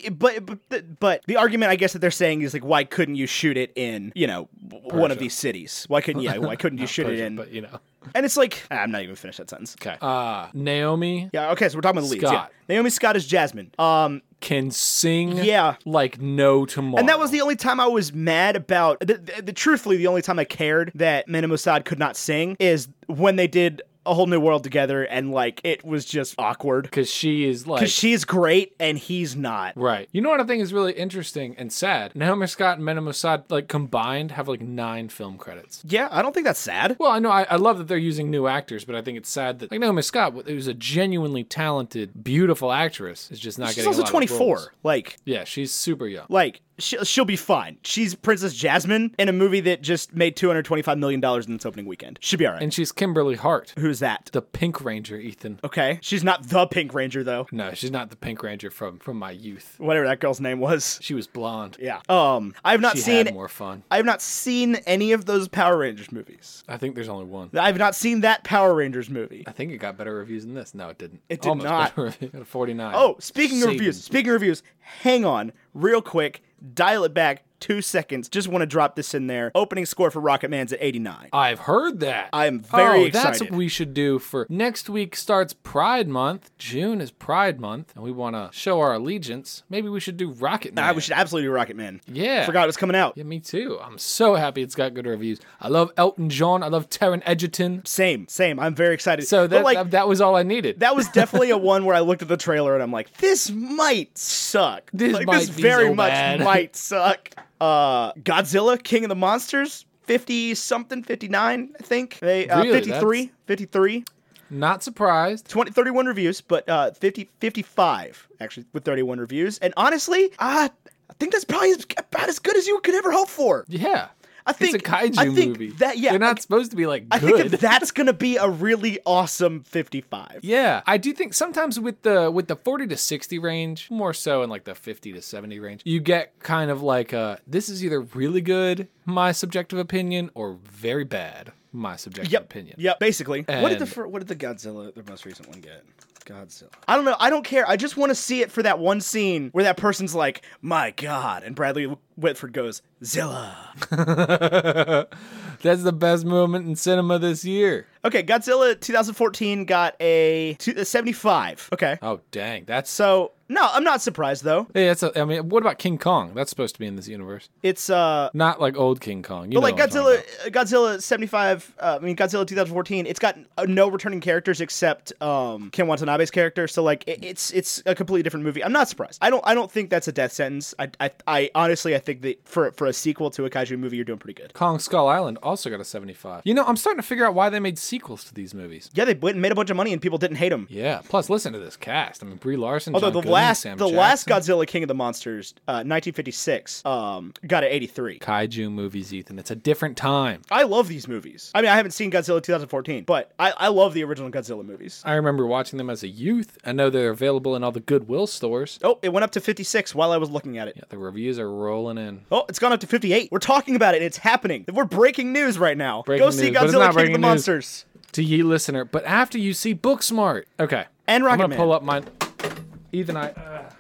S2: eh, but but the- but the argument I guess that they're saying is like why couldn't you shoot it in you know w- one of these cities. Why couldn't yeah? Why couldn't you shoot it
S1: Persia,
S2: in?
S1: But you know.
S2: And it's like ah, I'm not even gonna finish that sentence. Okay.
S1: Uh, Naomi
S2: yeah. Okay. So we're talking about the leads. Yeah.
S1: Scott.
S2: Naomi Scott is Jasmine. Um.
S1: can sing
S2: Yeah.
S1: like no tomorrow.
S2: And that was the only time I was mad about. The, the, the truthfully, the only time I cared that Mina Mossad could not sing is when they did a whole new world together, and like it was just awkward.
S1: because she is like
S2: Because she's great and he's not.
S1: Right. You know what I think is really interesting and sad? Naomi Scott and Mena Mossad, like combined, have like nine film credits.
S2: Yeah, I don't think that's sad.
S1: Well, I know I, I love that they're using new actors, but I think it's sad that like Naomi Scott, who's a genuinely talented, beautiful actress, is just not
S2: She's
S1: getting. a
S2: also
S1: lot of
S2: 24.
S1: roles.
S2: Like,
S1: Yeah, she's super young.
S2: like she'll, she'll be fine. She's Princess Jasmine in a movie that just made 225 million dollars in its opening weekend. She'll be all right.
S1: And she's Kimberly Hart,
S2: Who's that?
S1: the Pink Ranger, Ethan.
S2: Okay, she's not the Pink Ranger though.
S1: No, she's not the Pink Ranger from from my youth.
S2: Whatever that girl's name was.
S1: She was blonde.
S2: Yeah. Um, I've not
S1: She
S2: seen
S1: had more fun.
S2: I have not seen any of those Power Rangers movies.
S1: I think there's only one.
S2: I've not seen that Power Rangers movie.
S1: I think it got better reviews than this. No, it didn't.
S2: It did
S1: Almost
S2: not.
S1: better reviews. It got a 49.
S2: Oh, speaking of
S1: Saving.
S2: reviews, speaking of reviews, hang on real quick, dial it back two seconds. Just want to drop this in there. Opening score for Rocket Man's at 89.
S1: I've heard that.
S2: I'm very
S1: oh, That's
S2: excited.
S1: what we should do for next week starts Pride Month. June is Pride Month, and we want to show our allegiance. Maybe we should do Rocket Man.
S2: I we should absolutely do Rocket Man.
S1: Yeah.
S2: Forgot it was coming out.
S1: Yeah, me too. I'm so happy it's got good reviews. I love Elton John. I love Taron Egerton.
S2: Same, same. I'm very excited.
S1: So
S2: But,
S1: that,
S2: like
S1: that that was all I needed.
S2: that was definitely a one where I looked at the trailer and I'm like, this might suck.
S1: This
S2: like, this
S1: might be
S2: very
S1: so
S2: much
S1: bad.
S2: might suck. Uh, Godzilla, King of the Monsters, 50 something, 59, I think. They uh,
S1: Really?
S2: 53, 53,
S1: Not surprised.
S2: 20, 31 reviews, but uh, 50, 55 actually with 31 reviews. And honestly, uh, I think that's probably as- about as good as you could ever hope for.
S1: Yeah.
S2: I think
S1: it's a kaiju
S2: I think
S1: movie.
S2: That yeah,
S1: They're not
S2: I,
S1: supposed to be like
S2: I
S1: good.
S2: think that that's gonna be a really awesome 55.
S1: Yeah, I do think sometimes with the with the 40 to 60 range, more so in like the 50 to 70 range, you get kind of like uh this is either really good, my subjective opinion, or very bad, my subjective
S2: Yep.
S1: opinion.
S2: Yep. Basically. what did the
S1: And-
S2: fir- what did the Godzilla the most recent one get? Godzilla. I don't know. I don't care. I just want to see it for that one scene where that person's like, "My God," and Bradley Whitford goes, "Zilla."
S1: That's the best moment in cinema this year.
S2: Okay, Godzilla 2014 got a, two, a 75. Okay.
S1: Oh dang, that's
S2: So no, I'm not surprised though.
S1: Hey, that's a, I mean, what about King Kong? That's supposed to be in this universe,
S2: It's uh.
S1: not like old King Kong. You know
S2: But like
S1: what I'm talking
S2: Godzilla, uh,
S1: about.
S2: Godzilla seventy five. Uh, I mean Godzilla two thousand fourteen. It's got uh, no returning characters except um, Ken Watanabe's character. So like it, it's it's a completely different movie. I'm not surprised. I don't I don't think that's a death sentence. I I, I honestly I think that for for a sequel to a kaiju movie, you're doing pretty good.
S1: Kong Skull Island also got a 75. You know, I'm starting to figure out why they made sequels to these movies.
S2: Yeah, they went and made a bunch of money and people didn't hate them.
S1: Yeah. Plus, listen to this cast. I mean, Brie Larson.
S2: Although
S1: John
S2: the
S1: Goodman,
S2: last
S1: Sam
S2: the last
S1: Jackson.
S2: Godzilla King of the Monsters, uh, 1956, um, got an 83.
S1: kaiju movies, Ethan. It's a different time.
S2: I love these movies. I mean, I haven't seen Godzilla 2014, but I, I love the original Godzilla movies.
S1: I remember watching them as a youth. I know they're available in all the Goodwill stores.
S2: Oh, it went up to 56 while I was looking at it.
S1: Yeah, the reviews are rolling in.
S2: Oh, it's gone up to 58. We're talking about it. It's happening. We're breaking news right now.
S1: Breaking
S2: Go see
S1: news, but it's
S2: Godzilla
S1: not
S2: King of the
S1: breaking news.
S2: Monsters.
S1: To ye listener, but after you see Booksmart, okay,
S2: And
S1: I'm gonna
S2: Rocketman.
S1: pull up mine. Ethan, I, uh,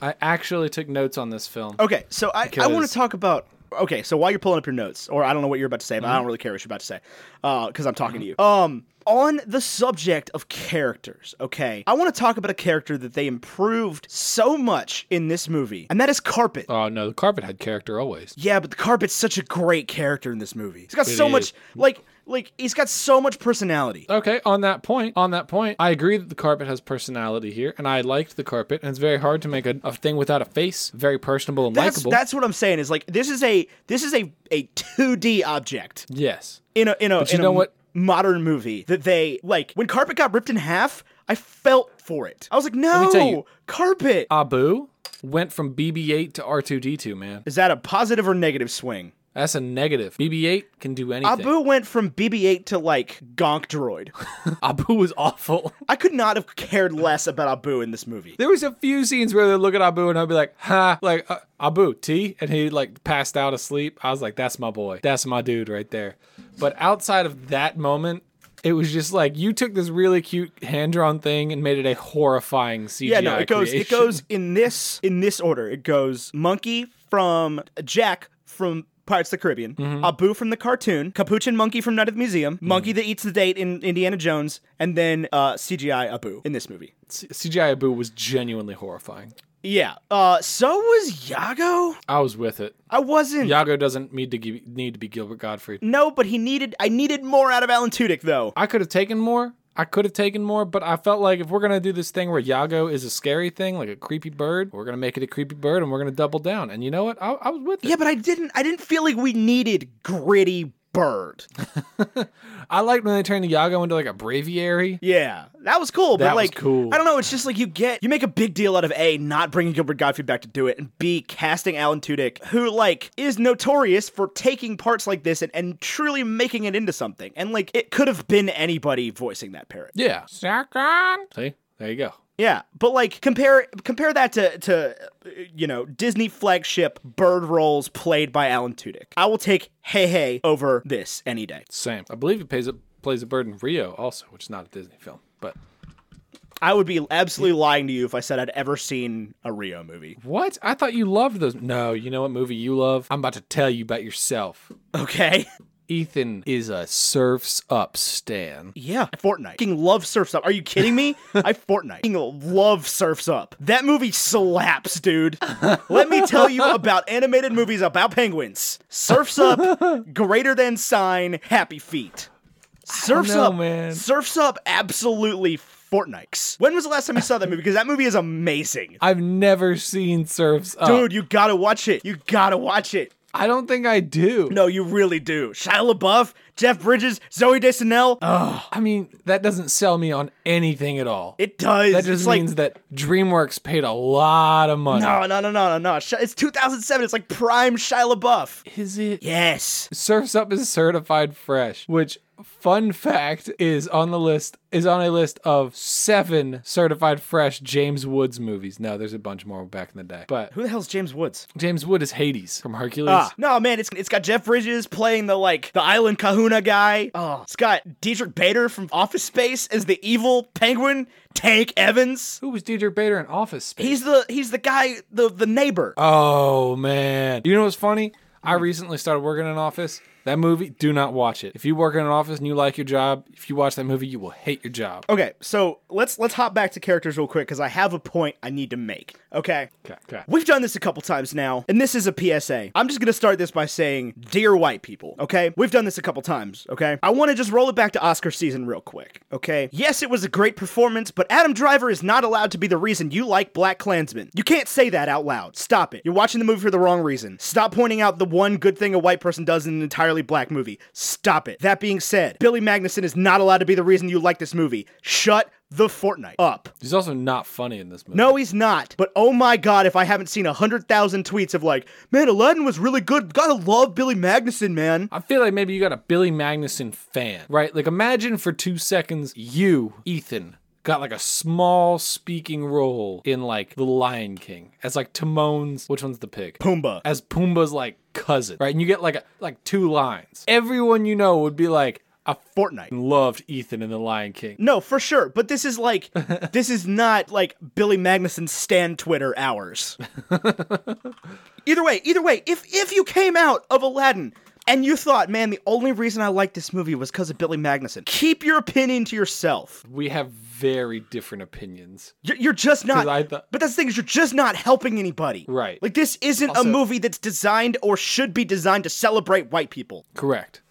S1: I actually took notes on this film.
S2: Okay, so I, I want
S1: Because-
S2: to talk about. Okay, so while you're pulling up your notes, or I don't know what you're about to say, but
S1: Mm-hmm.
S2: I don't really care what you're about to say, because I'm talking to you. Um, on the subject of characters, okay, I want to talk about a character that they improved so much in this movie, and that is Carpet.
S1: Oh no, the carpet had character always.
S2: Yeah, but the carpet's such a great character in this movie. He's got
S1: It
S2: so
S1: is.
S2: much like like he's got so much personality.
S1: Okay, on that point, on that point, I agree that the carpet has personality here, and I liked the carpet. And it's very hard to make a, a thing without a face. Very personable and
S2: That's
S1: likable.
S2: that's what I'm saying is like this is a this is a a 2D object
S1: yes.
S2: in a in a
S1: you
S2: in a
S1: know
S2: m-
S1: what?
S2: modern movie that they like when carpet got ripped in half, I felt for it. I was like,
S1: me tell you-
S2: "No, carpet."
S1: Abu went from BB-8 to R2D2, man.
S2: is that a positive or negative swing?
S1: That's a negative. BB-8 can do anything.
S2: Abu went from BB-8 to like Gonk Droid.
S1: Abu was awful.
S2: I could not have cared less about Abu in this movie.
S1: There was a few scenes where they look at Abu and I'd be like, "Ha!" Like uh, Abu T, and he like passed out asleep. I was like, "That's my boy. That's my dude right there." But outside of that moment. It was just like you took this really cute hand-drawn thing and made it a horrifying CGI.
S2: Yeah, no, it goes it
S1: creation.
S2: goes in this in this order. It goes monkey from Jack from Pirates of the Caribbean, Abu from the cartoon, Capuchin Monkey from Night at the Museum, Monkey that eats the date in Indiana Jones, and then uh, CGI Abu in this movie.
S1: C- CGI Abu was genuinely horrifying.
S2: Yeah. Uh, so was Yago.
S1: I was with it.
S2: I wasn't.
S1: Yago doesn't need to gi- need to be Gilbert Godfrey.
S2: No, but he needed. I needed more out of Alan Tudyk though.
S1: I could have taken more. I could have taken more, but I felt like if we're gonna do this thing where Yago is a scary thing, like a creepy bird, we're gonna make it a creepy bird, and we're gonna double down. And you know what? I, I was with it.
S2: Yeah, but I didn't. I didn't feel like we needed gritty bird.
S1: I liked when they turned Yago into like a braviary.
S2: Yeah, that was cool.
S1: That
S2: but
S1: was
S2: like,
S1: cool.
S2: I don't know. It's just like you get you make a big deal out of a not bringing Gilbert Godfrey back to do it, and b casting Alan Tudyk, who like is notorious for taking parts like this and, and truly making it into something. And like it could have been anybody voicing that parrot.
S1: Yeah. Second. See, there you go.
S2: Yeah, but like compare compare that to to uh, you know Disney flagship bird roles played by Alan Tudyk. I will take Hey Hey over this any day.
S1: Same. I believe it plays a plays a bird in Rio also, which is not a Disney film, but
S2: I would be absolutely lying to you if I said I'd ever seen a Rio movie.
S1: What? I thought you loved those. No, you know what movie you love? I'm about to tell you about yourself.
S2: Okay.
S1: Ethan is a surfs up stan.
S2: Yeah, Fortnite. Fucking love Surfs Up. Are you kidding me? I Fortnite. Fucking love Surfs Up. That movie slaps, dude. Let me tell you about animated movies about penguins. Surfs Up, Greater Than Sign, Happy Feet. Surfs
S1: know,
S2: Up,
S1: man.
S2: Surfs Up, absolutely Fortnite. When was the last time you saw that movie? Because that movie is amazing.
S1: I've never seen surfs up.
S2: Dude, you gotta watch it. You gotta watch it.
S1: I don't think I do.
S2: No, you really do. Shia LaBeouf, Jeff Bridges, Zoe Deschanel.
S1: I mean, that doesn't sell me on anything at all.
S2: it does.
S1: that just
S2: it's like
S1: means that DreamWorks paid a lot of money.
S2: Oh, No, no, no, no, no, no. Sh- It's 2007. It's like prime Shia LaBeouf.
S1: Is it?
S2: Yes.
S1: Surfs Up is certified fresh, which fun fact is on the list is on a list of seven certified fresh James Woods movies. No, there's a bunch more back in the day. But
S2: Who the hell's James Woods?
S1: James Wood is Hades from Hercules.
S2: Ah, no, man. It's it's got Jeff Bridges playing the like the island Kahuna guy. Oh, it's got Dietrich Bader from Office Space as the evil penguin. Tank Evans.
S1: Who was Dieter Bader in Office Space?
S2: He's the he's the guy the the neighbor.
S1: oh man. You know what's funny? I recently started working in an office. That movie, do not watch it. If you work in an office and you like your job, if you watch that movie, you will hate your job.
S2: Okay, so let's let's hop back to characters real quick because I have a point I need to make. Okay.
S1: Okay, okay.
S2: We've done this a couple times now, and this is a PSA. I'm just gonna start this by saying, Dear white people, okay? We've done this a couple times, okay? I wanna just roll it back to Oscar season real quick, okay? Yes, it was a great performance, but Adam Driver is not allowed to be the reason you like Black Klansmen. You can't say that out loud. Stop it. You're watching the movie for the wrong reason. Stop pointing out the one good thing a white person does in an entirely black movie. Stop it. That being said, Billy Magnuson is not allowed to be the reason you like this movie. Shut the Fortnite up.
S1: He's also not funny in this movie.
S2: No, he's not. But oh my god, if I haven't seen a hundred thousand tweets of like, man, Aladdin was really good. Gotta love Billy Magnuson, man.
S1: I feel like maybe you got a Billy Magnuson fan, right? Like imagine for two seconds you, Ethan, got like a small speaking role in like The Lion King as like Timon's which one's the pig?
S2: Pumbaa.
S1: As Pumbaa's like cousin, right? And you get like a, like two lines. Everyone you know would be like, I f-
S2: Fortnite.
S1: loved Ethan in The Lion King.
S2: No, for sure. But this is like, this is not like Billy Magnuson stan Twitter hours. either way, either way, if if you came out of Aladdin and you thought, man, the only reason I liked this movie was because of Billy Magnuson, keep your opinion to yourself.
S1: We have very different opinions.
S2: You're, you're just not.
S1: 'Cause I thought-
S2: but that's the thing is, you're just not helping anybody.
S1: Right.
S2: Like this isn't a movie that's designed or should be designed to celebrate white people.
S1: Correct.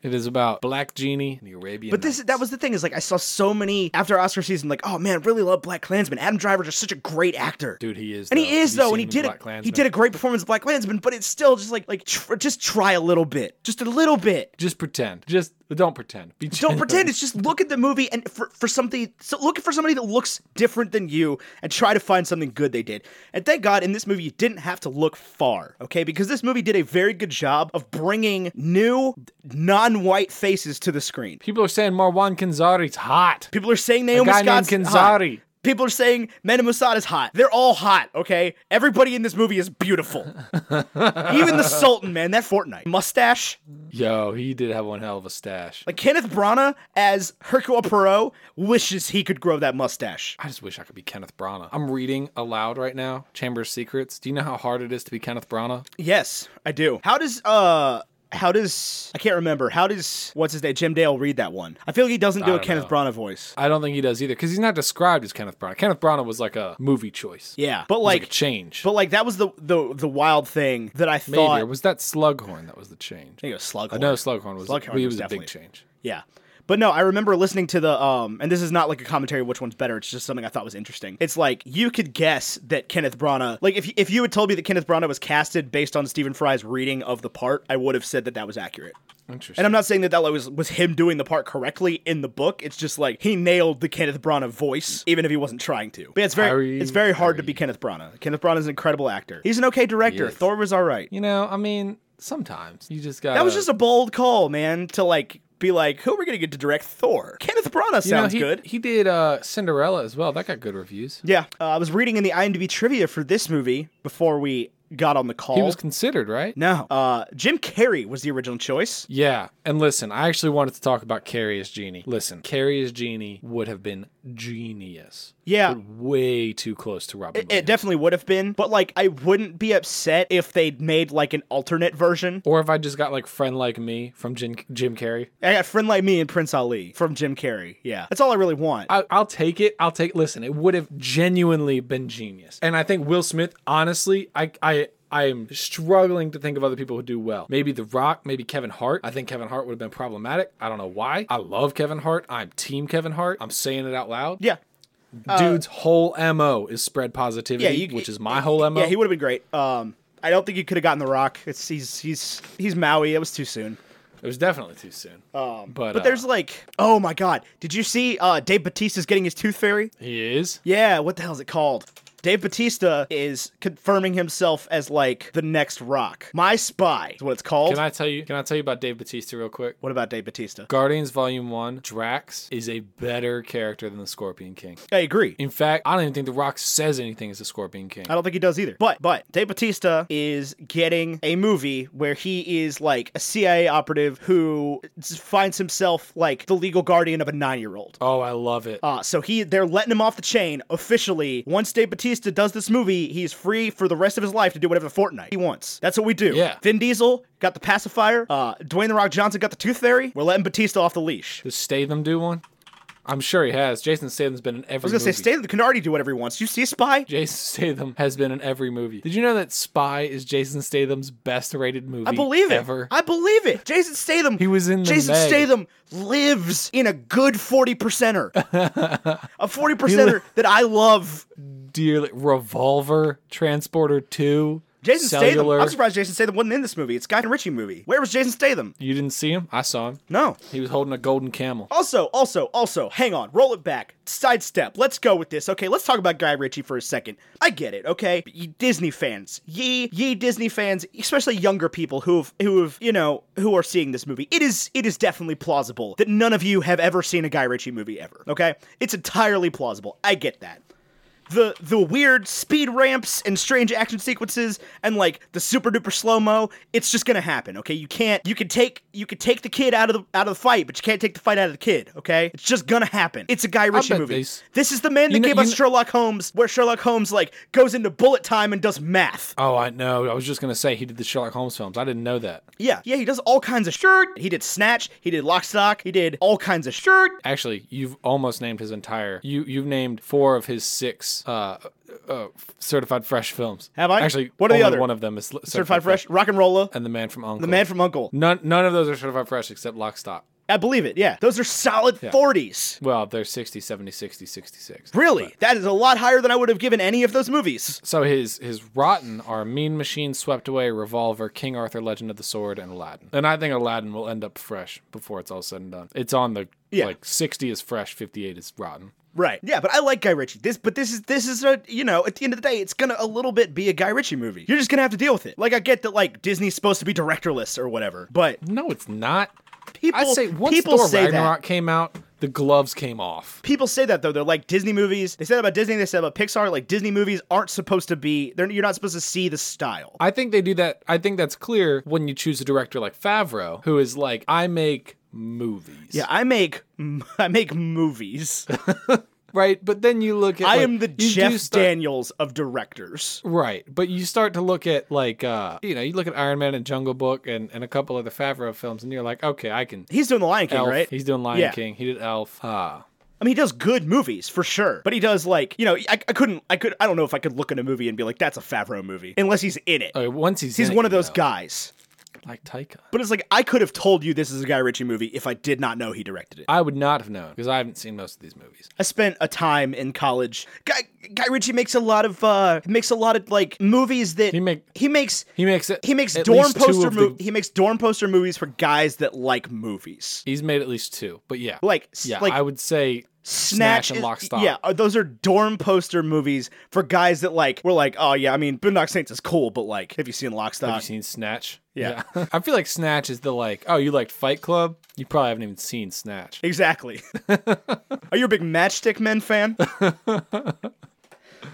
S1: It is about Black Genie and the Arabian
S2: But this that was the thing is like I saw so many after Oscar season like oh man really love Black Klansman Adam Driver just such a great actor
S1: dude he is
S2: and he
S1: Have
S2: is
S1: you
S2: though and he
S1: seen
S2: did
S1: Black
S2: a, he
S1: Klansman?
S2: did a great performance of Black Klansman but it's still just like like tr- just try a little bit just a little bit
S1: just pretend. Just don't pretend. Be
S2: don't
S1: genuine.
S2: pretend it's just look at the movie and for, for something so look for somebody that looks different than you and try to find something good they did and thank god in this movie you didn't have to look far okay because this movie did a very good job of bringing new non-white faces to the screen
S1: People are saying Marwan Kanzari's hot.
S2: people are saying naomi
S1: guy named
S2: scott's hot.
S1: Kanzari.
S2: People are saying Men in Mossad is hot. They're all hot, okay? Everybody in this movie is beautiful. Even the Sultan, man, that Fortnite. Mustache.
S1: Yo, he did have one hell of a stash.
S2: Like Kenneth Branagh as Hercule Poirot wishes he could grow that mustache.
S1: I just wish I could be Kenneth Branagh. I'm reading aloud right now Chamber's Secrets. Do you know how hard it is to be Kenneth Branagh?
S2: Yes, I do. How does uh how does I can't remember. How does what's his name? Jim Dale read that one? I feel like he doesn't do a
S1: don't
S2: Kenneth
S1: know.
S2: Branagh voice.
S1: I don't think he does either because he's not described as Kenneth Branagh. Kenneth Branagh was like a movie choice. It
S2: Yeah. But
S1: was like,
S2: like
S1: a change.
S2: but like that was the the the wild thing that I
S1: Maybe
S2: thought
S1: or was that Slughorn that was the change?
S2: I think it was Slughorn.
S1: No, Slughorn was
S2: Slughorn
S1: well, it
S2: was
S1: was a big
S2: definitely-
S1: change.
S2: Yeah. But no, I remember listening to the um and this is not like a commentary which one's better, it's just something I thought was interesting. It's like you could guess that Kenneth Branagh, like if if you had told me that Kenneth Branagh was casted based on Stephen Fry's reading of the part, I would have said that that was accurate.
S1: Interesting.
S2: And I'm not saying that that was was him doing the part correctly in the book. It's just like he nailed the Kenneth Branagh voice, even if he wasn't trying to. But it's very
S1: Harry-
S2: it's very hard to be Kenneth Branagh. Kenneth Branagh is an incredible actor. He's an okay director.
S1: is.
S2: Thor was all right.
S1: you know, I mean, sometimes you just got
S2: That was just a bold call, man, to like be like, who are we gonna get to direct Thor? Kenneth Branagh
S1: you know,
S2: sounds
S1: he,
S2: good.
S1: He did uh, Cinderella as well. That got good reviews.
S2: Yeah, uh, I was reading in the IMDb trivia for this movie before we got on the call.
S1: He was considered, right?
S2: no, uh, Jim Carrey was the original choice.
S1: Yeah. And listen, I actually wanted to talk about Carrie as Genie. Listen, Carrie as Genie would have been genius.
S2: Yeah.
S1: But way too close to Robin
S2: It
S1: Williams.
S2: definitely would have been, but like I wouldn't be upset if they'd made like an alternate version.
S1: or if I just got like Friend Like Me from Jim, Jim Carrey.
S2: I got friend like me and Prince Ali from Jim Carrey. Yeah, that's all I really want.
S1: I, I'll take it. I'll take. Listen, it would have genuinely been genius. And I think Will Smith, honestly, I, I, I am struggling to think of other people who do well. Maybe The Rock, maybe Kevin Hart. I think Kevin Hart would have been problematic. I don't know why. I love Kevin Hart. I'm Team Kevin Hart. I'm saying it out loud.
S2: yeah, uh,
S1: Dude's whole mo is spread positivity,
S2: yeah, you-
S1: which is my whole mo.
S2: yeah, he would have been great. Um, I don't think you could have gotten The Rock. It's he's he's he's Maui. It was too soon.
S1: it was definitely too soon. Um, but
S2: But there's like, oh my god, did you see uh, Dave Batista's getting his tooth fairy?
S1: he is.
S2: Yeah, what the hell is it called? Dave Batista is confirming himself as like the next Rock. My Spy is what it's called.
S1: Can I tell you? Can I tell you about Dave Batista real quick?
S2: what about Dave Batista?
S1: Guardians Volume One, Drax is a better character than the Scorpion King.
S2: I agree.
S1: In fact, I don't even think The Rock says anything as the Scorpion King.
S2: I don't think he does either. But but Dave Batista is getting a movie where he is like a CIA operative who s- finds himself like the legal guardian of a nine year old.
S1: Oh, I love it.
S2: Uh, so he they're letting him off the chain officially. Once Dave Batista does this movie, he's free for the rest of his life to do whatever the Fortnite he wants. That's what we do.
S1: Yeah.
S2: Vin Diesel got the pacifier. Uh, Dwayne the Rock Johnson got the tooth fairy. We're letting Batista off the leash. I
S1: Does Statham do one? I'm sure he has. Jason Statham's been in every
S2: was gonna
S1: movie.
S2: say Statham can already do whatever he wants. You see Spy?
S1: Jason Statham has been in every movie. Did you know that Spy is Jason Statham's best rated movie
S2: I believe it.
S1: ever?
S2: I believe it. Jason Statham. He
S1: was in the
S2: Jason
S1: Meg.
S2: Statham lives in a good forty percenter. a forty percenter that I love.
S1: Dearly Revolver, Transporter 2,
S2: Jason
S1: Cellular.
S2: Statham. I'm surprised Jason Statham wasn't in this movie. It's a Guy and Ritchie movie. Where was Jason Statham?
S1: You didn't see him? I saw him.
S2: No.
S1: He was holding a golden camel.
S2: Also, also, also, hang on, roll it back, sidestep. Let's go with this. Okay, let's talk about Guy Ritchie for a second. I get it, okay? Ye Disney fans, ye ye Disney fans, especially younger people who have who have you know who are seeing this movie. It is it is definitely plausible that none of you have ever seen a Guy Ritchie movie ever. Okay, it's entirely plausible. I get that the the weird speed ramps and strange action sequences and like the super duper slow mo it's just gonna happen okay you can't you can take you can take the kid out of the out of the fight but you can't take the fight out of the kid okay it's just gonna happen it's a guy ritchie
S1: bet
S2: movie
S1: these-
S2: this is the man that
S1: know-
S2: gave
S1: you
S2: us
S1: kn-
S2: sherlock holmes where sherlock holmes like goes into bullet time and does math
S1: Oh, I know. I was just going to say he did the Sherlock Holmes films. I didn't know that.
S2: yeah yeah he does all kinds of shirt he did snatch he did lock stock he did all kinds of shirt
S1: Actually, you've almost named his entire. You you've named four of his six uh, uh, certified fresh films.
S2: Have I?
S1: Actually,
S2: What are the
S1: only
S2: other?
S1: One of them is certified,
S2: certified fresh rock and roller
S1: and the man from Uncle.
S2: the man from uncle
S1: none none of those are certified fresh except Lock Stock.
S2: i believe it yeah those are solid 40s
S1: Well, they're 60, 70, 60, 66.
S2: Really? that is a lot higher than I would have given any of those movies.
S1: So his his rotten are Mean Machine, Swept Away, Revolver, King Arthur, Legend of the Sword, and Aladdin. And I think Aladdin will end up fresh before it's all said and done. It's on the
S2: Yeah.
S1: like 60 is fresh, 58 is rotten.
S2: Right. Yeah, but I like Guy Ritchie. This but this is this is a you know, at the end of the day, it's gonna a little bit be a Guy Ritchie movie. You're just gonna have to deal with it. Like I get that like Disney's supposed to be directorless or whatever, but
S1: No, it's not.
S2: people
S1: I say once
S2: people
S1: Thor
S2: say
S1: Ragnarok came out, the gloves came off.
S2: People say that though. They're like Disney movies. They said about Disney. They said about Pixar. Like Disney movies aren't supposed to be. They're, you're not supposed to see the style.
S1: I think they do that. I think that's clear when you choose a director like Favreau, who is like, I make movies.
S2: Yeah, I make I make movies.
S1: Right. But then you look at.
S2: I
S1: like,
S2: am the
S1: you do
S2: Jeff
S1: start-
S2: Daniels of directors.
S1: Right. But you start to look at like uh you know, you look at Iron Man and Jungle Book and, and a couple of the Favreau films and you're like, okay, I can
S2: He's doing the Lion King,
S1: Elf.
S2: right?
S1: He's doing Lion
S2: Yeah.
S1: King, he did Elf. Ah.
S2: I mean, he does good movies for sure, but he does like you know I, I couldn't I could I don't know if I could look at a movie and be like that's a Favreau movie unless he's in it.
S1: Okay, Oh, once he's
S2: he's
S1: in it,
S2: one of
S1: you
S2: those
S1: know.
S2: guys.
S1: like Taika.
S2: But it's like I could have told you this is a Guy Ritchie movie if I did not know he directed it.
S1: I would not have known because I haven't seen most of these movies.
S2: I spent a time in college. Guy, Guy Ritchie makes a lot of uh makes a lot of like movies that
S1: He make-
S2: he makes
S1: He makes it.
S2: he makes
S1: at
S2: dorm
S1: least two
S2: poster
S1: of
S2: mo-
S1: the-
S2: he makes dorm poster movies for guys that like movies.
S1: He's made at least two, but yeah,
S2: Like s-
S1: yeah,
S2: like
S1: I would say
S2: Snatch
S1: Snatch and
S2: is-
S1: Lock Stock.
S2: Yeah, uh, those are dorm poster movies for guys that like were like, "Oh yeah, I mean, Boondock Saints is cool, but like, have you seen Lock Stock?"
S1: Have you seen Snatch?
S2: Yeah.
S1: I feel like Snatch is the like, oh, you liked Fight Club? You probably haven't even seen Snatch.
S2: Exactly. are you a big Matchstick Men fan?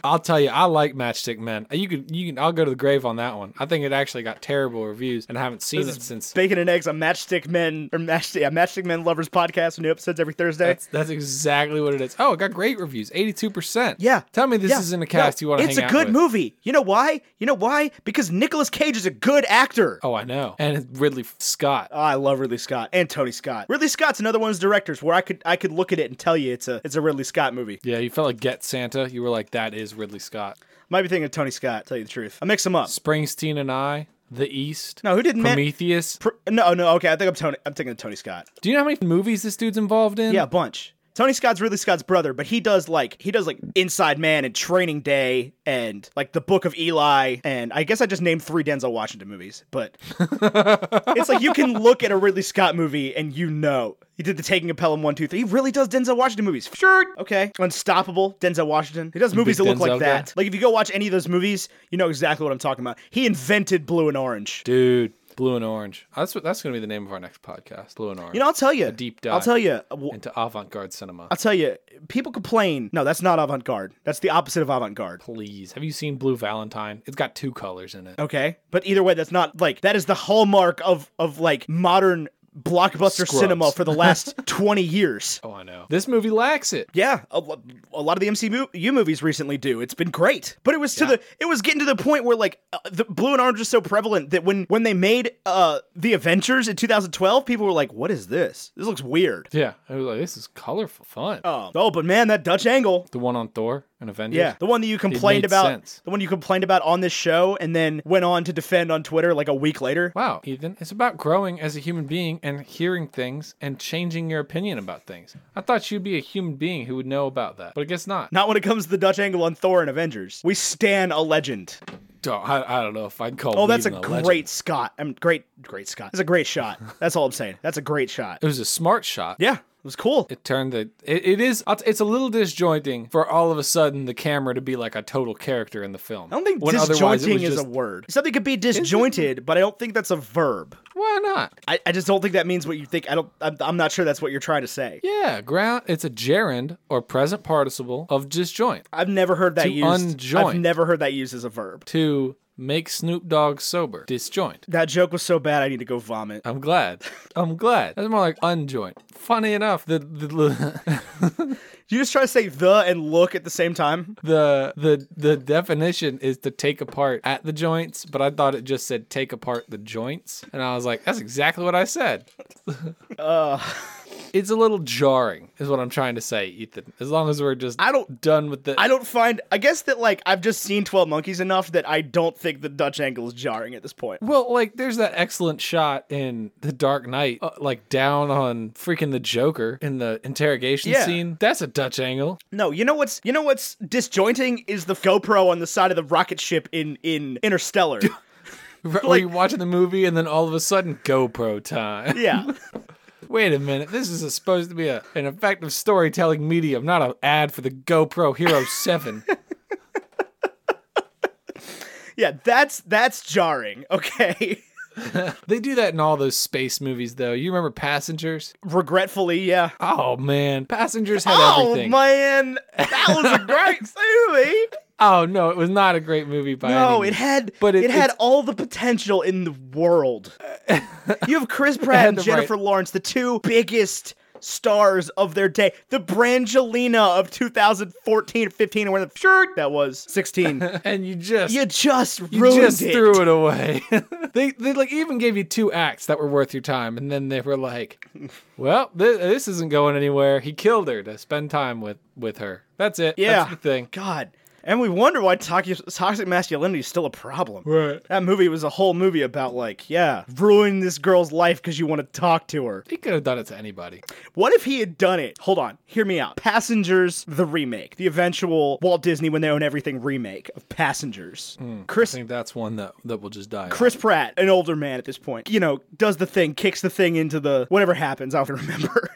S1: I'll tell you, I like Matchstick Men. You could, you can. I'll go to the grave on that one. I think it actually got terrible reviews, and I haven't seen it since.
S2: Bacon and Eggs, a Matchstick Men or Matchstick, yeah, Matchstick Men lovers podcast. New episodes every Thursday.
S1: That's, that's exactly what it is. Oh, it got great reviews, eighty-two percent.
S2: yeah.
S1: Tell me this
S2: Yeah.
S1: isn't
S2: No,
S1: a cast you want to hang
S2: It's
S1: out
S2: a good
S1: with.
S2: movie. You know why? You know why? Because Nicolas Cage is a good actor.
S1: Oh, I know. And it's Ridley Scott.
S2: Oh, I love Ridley Scott and Tony Scott. Ridley Scott's another one of his directors where I could I could look at it and tell you it's a it's a Ridley Scott movie.
S1: Yeah, you felt like Get Santa. You were like, that is Ridley Scott.
S2: Might be thinking of Tony Scott. Tell you the truth, I mix them up.
S1: Springsteen and I, The East.
S2: No, who did Man-
S1: Prometheus?
S2: Pr- no, no. Okay, I think I'm Tony. I'm thinking of Tony Scott.
S1: Do you know how many movies this dude's involved in?
S2: Yeah, a bunch. Tony Scott's Ridley Scott's brother, but he does like he does like Inside Man and Training Day and like The Book of Eli and I guess I just named three Denzel Washington movies, but it's like you can look at a Ridley Scott movie and you know he did the Taking of Pelham one two three. He really does Denzel Washington movies. Sure, okay. Unstoppable, Denzel Washington. He does movies that
S1: big
S2: look
S1: Denzel
S2: like
S1: guy.
S2: that. Like if you go watch any of those movies, you know exactly what I'm talking about. He invented blue and orange.
S1: Dude, Blue and Orange. That's what, that's going to be the name of our next podcast. Blue and Orange.
S2: You know, I'll tell you.
S1: deep
S2: I'll
S1: dive.
S2: tell you. w-
S1: into avant-garde cinema.
S2: I'll tell you, people complain. No, that's not avant garde. That's the opposite of avant garde.
S1: Please, have you seen Blue Valentine? It's got two colors in it.
S2: Okay. But either way, that's not like, that is the hallmark of, of like modern blockbuster
S1: Scrubs.
S2: cinema for the last 20 years.
S1: Oh, I know. This movie lacks it.
S2: Yeah, a, lo- a lot of the MCU movies recently do. It's been great, but it was to the it was getting to the point where like uh, the blue and orange is so prevalent that when when they made uh the Avengers in 2012, people were like, "What is this? This looks weird."
S1: Yeah, I was like, this is colorful fun.
S2: Um, oh, but man, that Dutch angle.
S1: the one on Thor and Avengers.
S2: Yeah, the one that you complained
S1: made
S2: about,
S1: sense.
S2: the one you complained about on this show, and then went on to defend on Twitter like a week later.
S1: Wow, Ethan, it's about growing as a human being and hearing things and changing your opinion about things. I thought you'd be a human being who would know about that, but I guess not.
S2: Not when it comes to the Dutch angle on Thor and Avengers. We stan a legend.
S1: Oh, I, I don't know if I'd call.
S2: Oh, that's a
S1: Whedon
S2: great
S1: legend.
S2: Scott. I'm great, great Scott. That's a great shot. That's all I'm saying. That's a great shot.
S1: It was a smart shot.
S2: Yeah, it was cool.
S1: It turned the. It, it is. I'll t- It's a little disjointing for all of a sudden the camera to be like a total character in the film.
S2: I don't think
S1: When otherwise it
S2: disjointing
S1: was
S2: is a
S1: just-
S2: word. Something could be disjointed, but I don't think that's a verb.
S1: Why not?
S2: I, I just don't think that means what you think. I don't. I'm, I'm not sure that's what you're trying to say.
S1: Yeah, ground. It's a gerund or present participle of disjoint
S2: I've never heard that
S1: To
S2: used. I've
S1: unjoin.
S2: never heard that used as a verb.
S1: to make Snoop Dogg sober. Disjoint.
S2: That joke was so bad. I need to go vomit.
S1: I'm glad. I'm glad. That's more like unjoint. Funny enough, the the the
S2: You just try to say the and look at the same time.
S1: the, the, the definition is to take apart at the joints, but I thought it just said take apart the joints, and I was like, that's exactly what I said.
S2: Uh.
S1: It's a little jarring, is what I'm trying to say, Ethan. As long as we're just
S2: I don't-
S1: done with the
S2: I don't find. I guess that like I've just seen Twelve Monkeys enough that I don't think the Dutch angle is jarring at this point.
S1: Well, like there's that excellent shot in The Dark Knight, uh, like down on freaking the Joker in the interrogation
S2: Yeah.
S1: scene. That's a Dutch angle.
S2: No, you know what's you know what's disjointing is the GoPro on the side of the rocket ship in in Interstellar.
S1: Right, where you're watching the movie and then all of a sudden GoPro time.
S2: yeah,
S1: Wait a minute, this is supposed to be a, an effective storytelling medium, not an ad for the GoPro Hero Seven.
S2: yeah, that's that's jarring. Okay.
S1: They do that in all those space movies, though. You remember Passengers?
S2: Regretfully, yeah.
S1: Oh, man. Passengers had
S2: oh
S1: everything.
S2: man, that was a great movie.
S1: Oh, no. It was not a great movie by any
S2: No, it
S1: means.
S2: had
S1: But
S2: but
S1: it-
S2: it, had
S1: it's-
S2: all the potential in the world. you have Chris Pratt and
S1: the
S2: Jennifer Lawrence, the two biggest stars of their day, the Brangelina of 2014 or 15 or whatever the sure that was 16.
S1: And you just.
S2: you just
S1: you
S2: ruined
S1: just
S2: it.
S1: threw it away. they they like even gave you two acts that were worth your time, and then they were like, "Well, thi- this isn't going anywhere." He killed her to spend time with with her. That's it.
S2: Yeah.
S1: That's the thing.
S2: God. And we wonder why toxic, toxic masculinity is still a problem.
S1: Right.
S2: That movie was a whole movie about like, yeah, ruin this girl's life because you want to talk to her.
S1: He could have done it to anybody.
S2: What if he had done it? Hold on, hear me out. Passengers, the remake, the eventual Walt Disney when they own everything remake of Passengers.
S1: I
S2: Chris
S1: think that's one that that will just die. out.
S2: Chris Pratt, an older man at this point, you know, does the thing, kicks the thing into the whatever happens, I don't remember.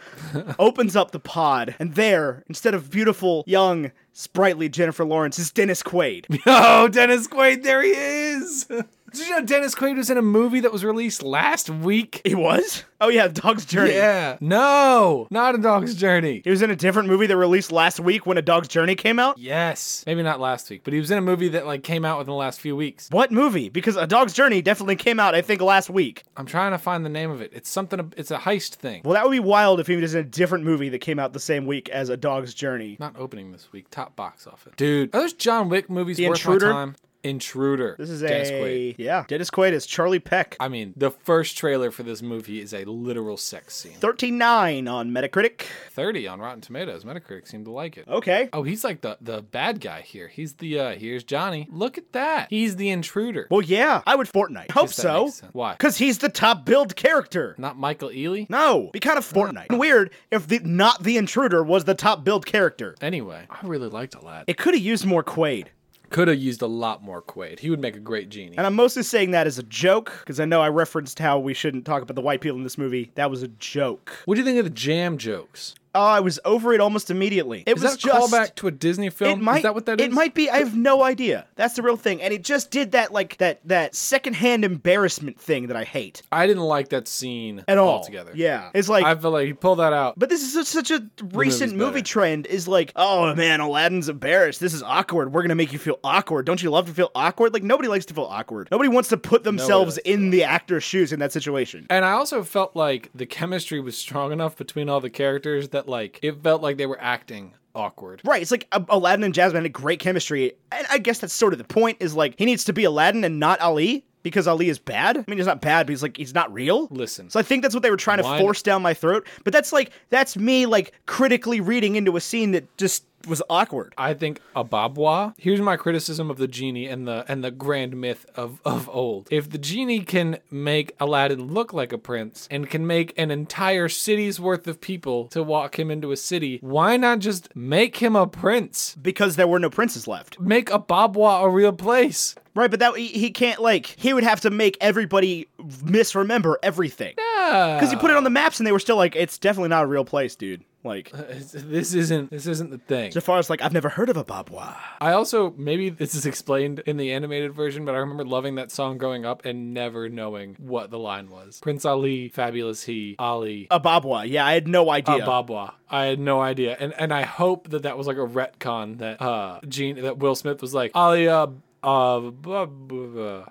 S2: opens up the pod, and there, instead of beautiful, young, sprightly Jennifer Lawrence, is Dennis Quaid.
S1: Oh, Dennis Quaid, there he is. Did you know Dennis Quaid was in a movie that was released last week?
S2: He was? Oh yeah, Dog's Journey.
S1: Yeah. No, not a dog's journey.
S2: He was in a different movie that released last week when A Dog's Journey came out.
S1: Yes. Maybe not last week, but he was in a movie that like came out within the last few weeks.
S2: What movie? Because A Dog's Journey definitely came out, I think, last week.
S1: I'm trying to find the name of it. It's something it's a heist thing.
S2: Well, that would be wild if he was in a different movie that came out the same week as A Dog's Journey.
S1: Not opening this week. Top box office. Dude, are those John Wick movies
S2: The
S1: worth
S2: Intruder?
S1: my time? Intruder.
S2: This is
S1: Dennis
S2: a
S1: Quaid.
S2: yeah. Dennis Quaid is Charlie Peck.
S1: I mean, the first trailer for this movie is a literal sex scene.
S2: 39 on Metacritic.
S1: 30 on Rotten Tomatoes. Metacritic seemed to like it.
S2: Okay.
S1: Oh, he's like the the bad guy here. He's the uh here's Johnny. Look at that. He's the intruder.
S2: Well, yeah, I would Fortnite. Hope
S1: Guess that
S2: so.
S1: makes sense. Why?
S2: Because he's the top billed character.
S1: Not Michael Ealy?
S2: No, be kind of Fortnite. Weird if the not the intruder was the top billed character.
S1: Anyway, I really liked a lot.
S2: It could have used more Quaid.
S1: Could have used a lot more Quaid. He would make a great genie.
S2: And I'm mostly saying that as a joke, because I know I referenced how we shouldn't talk about the white people in this movie. That was a joke.
S1: What do you think of the jam jokes?
S2: Oh, I was over it almost immediately. It
S1: Is
S2: was
S1: that a
S2: just
S1: callback to a Disney
S2: It
S1: film?
S2: might.
S1: is that what that is?
S2: It might be. I have no idea. That's the real thing. And it just did that like that that secondhand embarrassment thing that I hate
S1: I didn't like that scene
S2: at all.
S1: altogether.
S2: Yeah, it's like.
S1: I feel like he pulled that out.
S2: but this is such, such a recent
S1: movie's
S2: movie
S1: better.
S2: trend. Is like, oh man, Aladdin's embarrassed. This is awkward. We're gonna make you feel awkward. Don't you love to feel awkward? Like nobody likes to feel awkward. Nobody wants to put themselves
S1: likes to
S2: in the actor's shoes in that situation.
S1: And I also felt like the chemistry was strong enough between all the characters that like it felt like they were acting awkward.
S2: Right, it's like Al- Aladdin and Jasmine had great chemistry, and I guess that's sort of the point. Is like he needs to be Aladdin and not Ali because Ali is bad. I mean, he's not bad, but he's like he's not real.
S1: Listen.
S2: So I think that's what they were trying to
S1: Why-
S2: force down my throat. But that's like that's me like critically reading into a scene that just was awkward.
S1: I think Ababwa. Here's my criticism of the genie and the and the grand myth of of old. If the genie can make Aladdin look like a prince and can make an entire city's worth of people to walk him into a city, why not just make him a prince?
S2: Because there were no princes left,
S1: Make Ababwa a real place.
S2: right? But that he, he can't like he would have to make everybody misremember everything because
S1: Because
S2: he put it on the maps and they were still like, it's definitely not a real place, dude. Like
S1: this isn't this isn't the thing.
S2: Jafar's like, I've never heard of a babwa.
S1: I also maybe this is explained in the animated version, but I remember loving that song growing up and never knowing what the line was. Prince Ali, fabulous he, Ali,
S2: A babwa, yeah, I had no idea.
S1: Ababwa. I had no idea, and and I hope that that was like a retcon that uh Gene that Will Smith was like Ali uh, uh bu- bu- bu."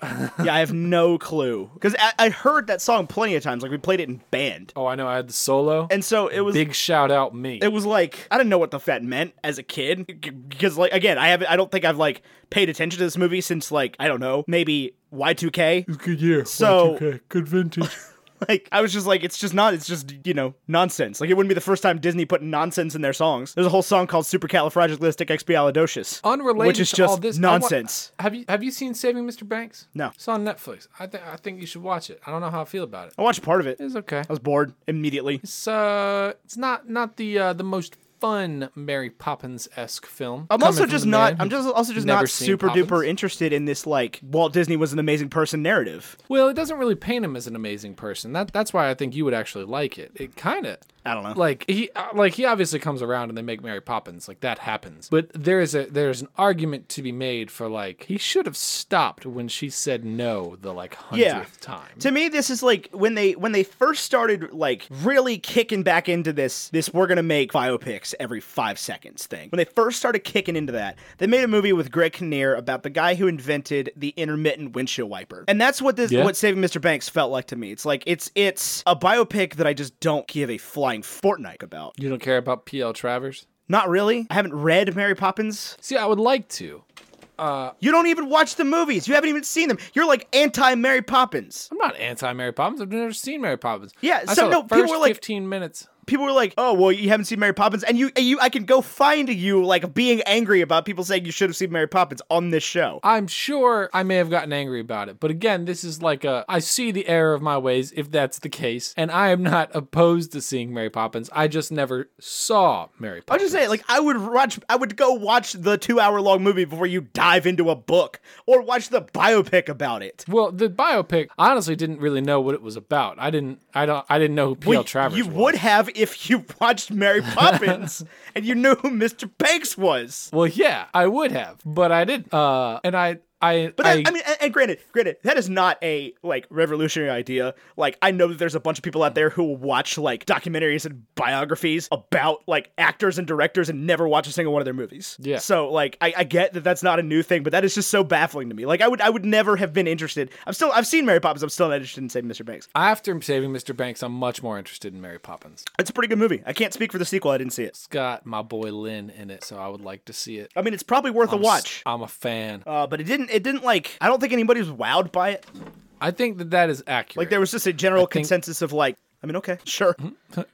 S2: yeah, I have no clue because I, I heard that song plenty of times. Like we played it in band,
S1: Oh, I know. I had the solo.
S2: and so it was
S1: Big shout out me.
S2: it was like I didn't know what the fat meant as a kid because like again I haven't I don't think I've like paid attention to this movie since like I don't know maybe Y2K
S1: Good year.
S2: So-
S1: Y2K, good vintage.
S2: like I was just like it's just not it's just you know nonsense like it wouldn't be the first time Disney put nonsense in their songs there's a whole song called supercalifragilisticexpialidocious
S1: Unrelated
S2: which is
S1: to
S2: just
S1: all this, I want-
S2: nonsense
S1: Have you have you seen Saving Mr. Banks?
S2: No.
S1: It's on Netflix. I think I think you should watch it. I don't know how I feel about it.
S2: I watched part of it I
S1: It's okay.
S2: was bored immediately
S1: It's uh, it's not not the uh, the most fun Mary Poppins esque film.
S2: I'm
S1: Coming
S2: also
S1: from
S2: just
S1: the
S2: not.
S1: man
S2: I'm
S1: who-
S2: just also just
S1: never
S2: not
S1: seen
S2: super duper
S1: Poppins.
S2: interested in this like Walt Disney was an amazing person narrative.
S1: Well, it doesn't really paint him as an amazing person. That that's why I think you would actually like it. It kind of.
S2: I don't know.
S1: like he uh, like he obviously comes around and they make Mary Poppins like that happens but there is a there's an argument to be made for like he should have stopped when she said no the like hundredth
S2: Yeah.
S1: time
S2: to me this is like when they when they first started like really kicking back into this this we're gonna make biopics every five seconds thing when they first started kicking into that they made a movie with greg kinnear about the guy who invented the intermittent windshield wiper and that's what this
S1: Yeah.
S2: what saving mr banks felt like to me it's like it's it's a biopic that i just don't give a flying fortnight about
S1: you don't care about PL Travers
S2: not really i haven't read mary poppins
S1: see I would like to
S2: you don't even watch the movies you haven't even seen them you're like anti-mary poppins
S1: I'm not anti Mary Poppins I've never seen Mary Poppins
S2: Yeah,
S1: I
S2: so
S1: saw
S2: no,
S1: the
S2: people
S1: first
S2: were like-
S1: 15 minutes
S2: people were like, "Oh, well, you haven't seen Mary Poppins," and you, and you, I can go find you like being angry about people saying you should have seen Mary Poppins on this show.
S1: I'm sure I may have gotten angry about it, but again, this is like a I see the error of my ways if that's the case, and I am not opposed to seeing Mary Poppins. I just never saw Mary
S2: I was
S1: Poppins.
S2: just saying, like, I would watch, I would go watch the two-hour-long movie before you dive into a book or watch the biopic about it.
S1: Well, the biopic I honestly didn't really know what it was about. I didn't. I don't. I didn't know who P.L.
S2: Well,
S1: Travers
S2: you
S1: was.
S2: would have if you watched Mary Poppins and you knew who Mr. Banks was.
S1: Well, yeah, I would have, but I didn't. Uh, and I, I,
S2: But that, I, mean, and, and granted, granted, that is not a like revolutionary idea. Like, I know that there's a bunch of people out there who will watch like documentaries and biographies about like actors and directors and never watch a single one of their movies.
S1: Yeah.
S2: So like, I, I get that that's not a new thing, but that is just so baffling to me. Like, I would I would never have been interested. I'm still I've seen Mary Poppins. I'm still not interested in Saving Mr. Banks.
S1: after saving Mr. Banks, I'm much more interested in Mary Poppins.
S2: It's a pretty good movie. I can't speak for the sequel. I didn't see it.
S1: It's got my boy Lynn in it, so I would like to see it.
S2: I mean, it's probably worth a watch.
S1: I'm a fan.
S2: Uh, but it didn't. It didn't like. I don't think anybody was wowed by it.
S1: I think that that is accurate.
S2: Like, there was just a general consensus of like. I mean, okay, sure.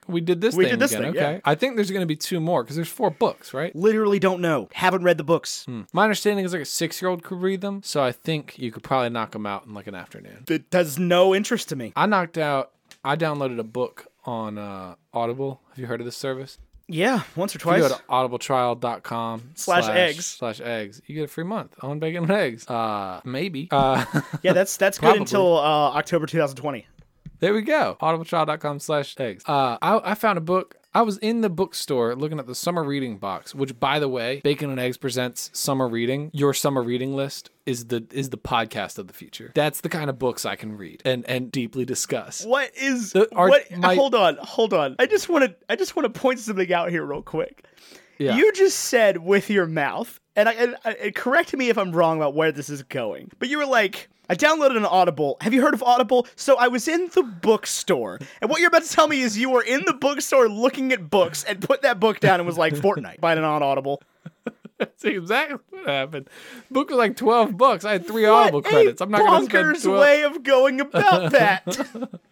S1: we did this
S2: We
S1: thing
S2: did this
S1: again.
S2: thing,
S1: okay.
S2: yeah.
S1: I think there's going to be two more because there's four books, right?
S2: literally don't know. Haven't read the books.
S1: My understanding is like a six year old could read them, so I think you could probably knock them out in like an afternoon.
S2: That has no interest to me.
S1: I knocked out. I downloaded a book on uh, Audible. Have you heard of this service?
S2: Yeah, once or
S1: You
S2: twice.
S1: go to audibletrial.com
S2: Slash eggs.
S1: slash eggs. You get a free month on bacon and eggs. Uh, maybe. Uh,
S2: yeah, that's that's good
S1: Probably.
S2: until uh, October 2020.
S1: there we go. Audibletrial.com slash eggs. Uh, I, I found a book. I was in the bookstore looking at the summer reading box, which, by the way, Bacon and Eggs presents summer reading. Your summer reading list is the is the podcast of the future. That's the kind of books I can read and and deeply discuss.
S2: What is
S1: The- our-
S2: what?
S1: my-
S2: hold on, hold on. I just want to I just want to point something out here real quick.
S1: Yeah.
S2: You just said with your mouth, and I and, I- and correct me if I'm wrong about where this is going, but you were like. I downloaded an Audible. Have you heard of Audible? So I was in the bookstore, and what you're about to tell me is you were in the bookstore looking at books and put that book down and was like Fortnite, buying it on Audible.
S1: That's exactly what happened. Book was like twelve bucks. I had three Audible
S2: What a
S1: credits. I'm not going to
S2: bonkers
S1: spend 12
S2: way of going about that.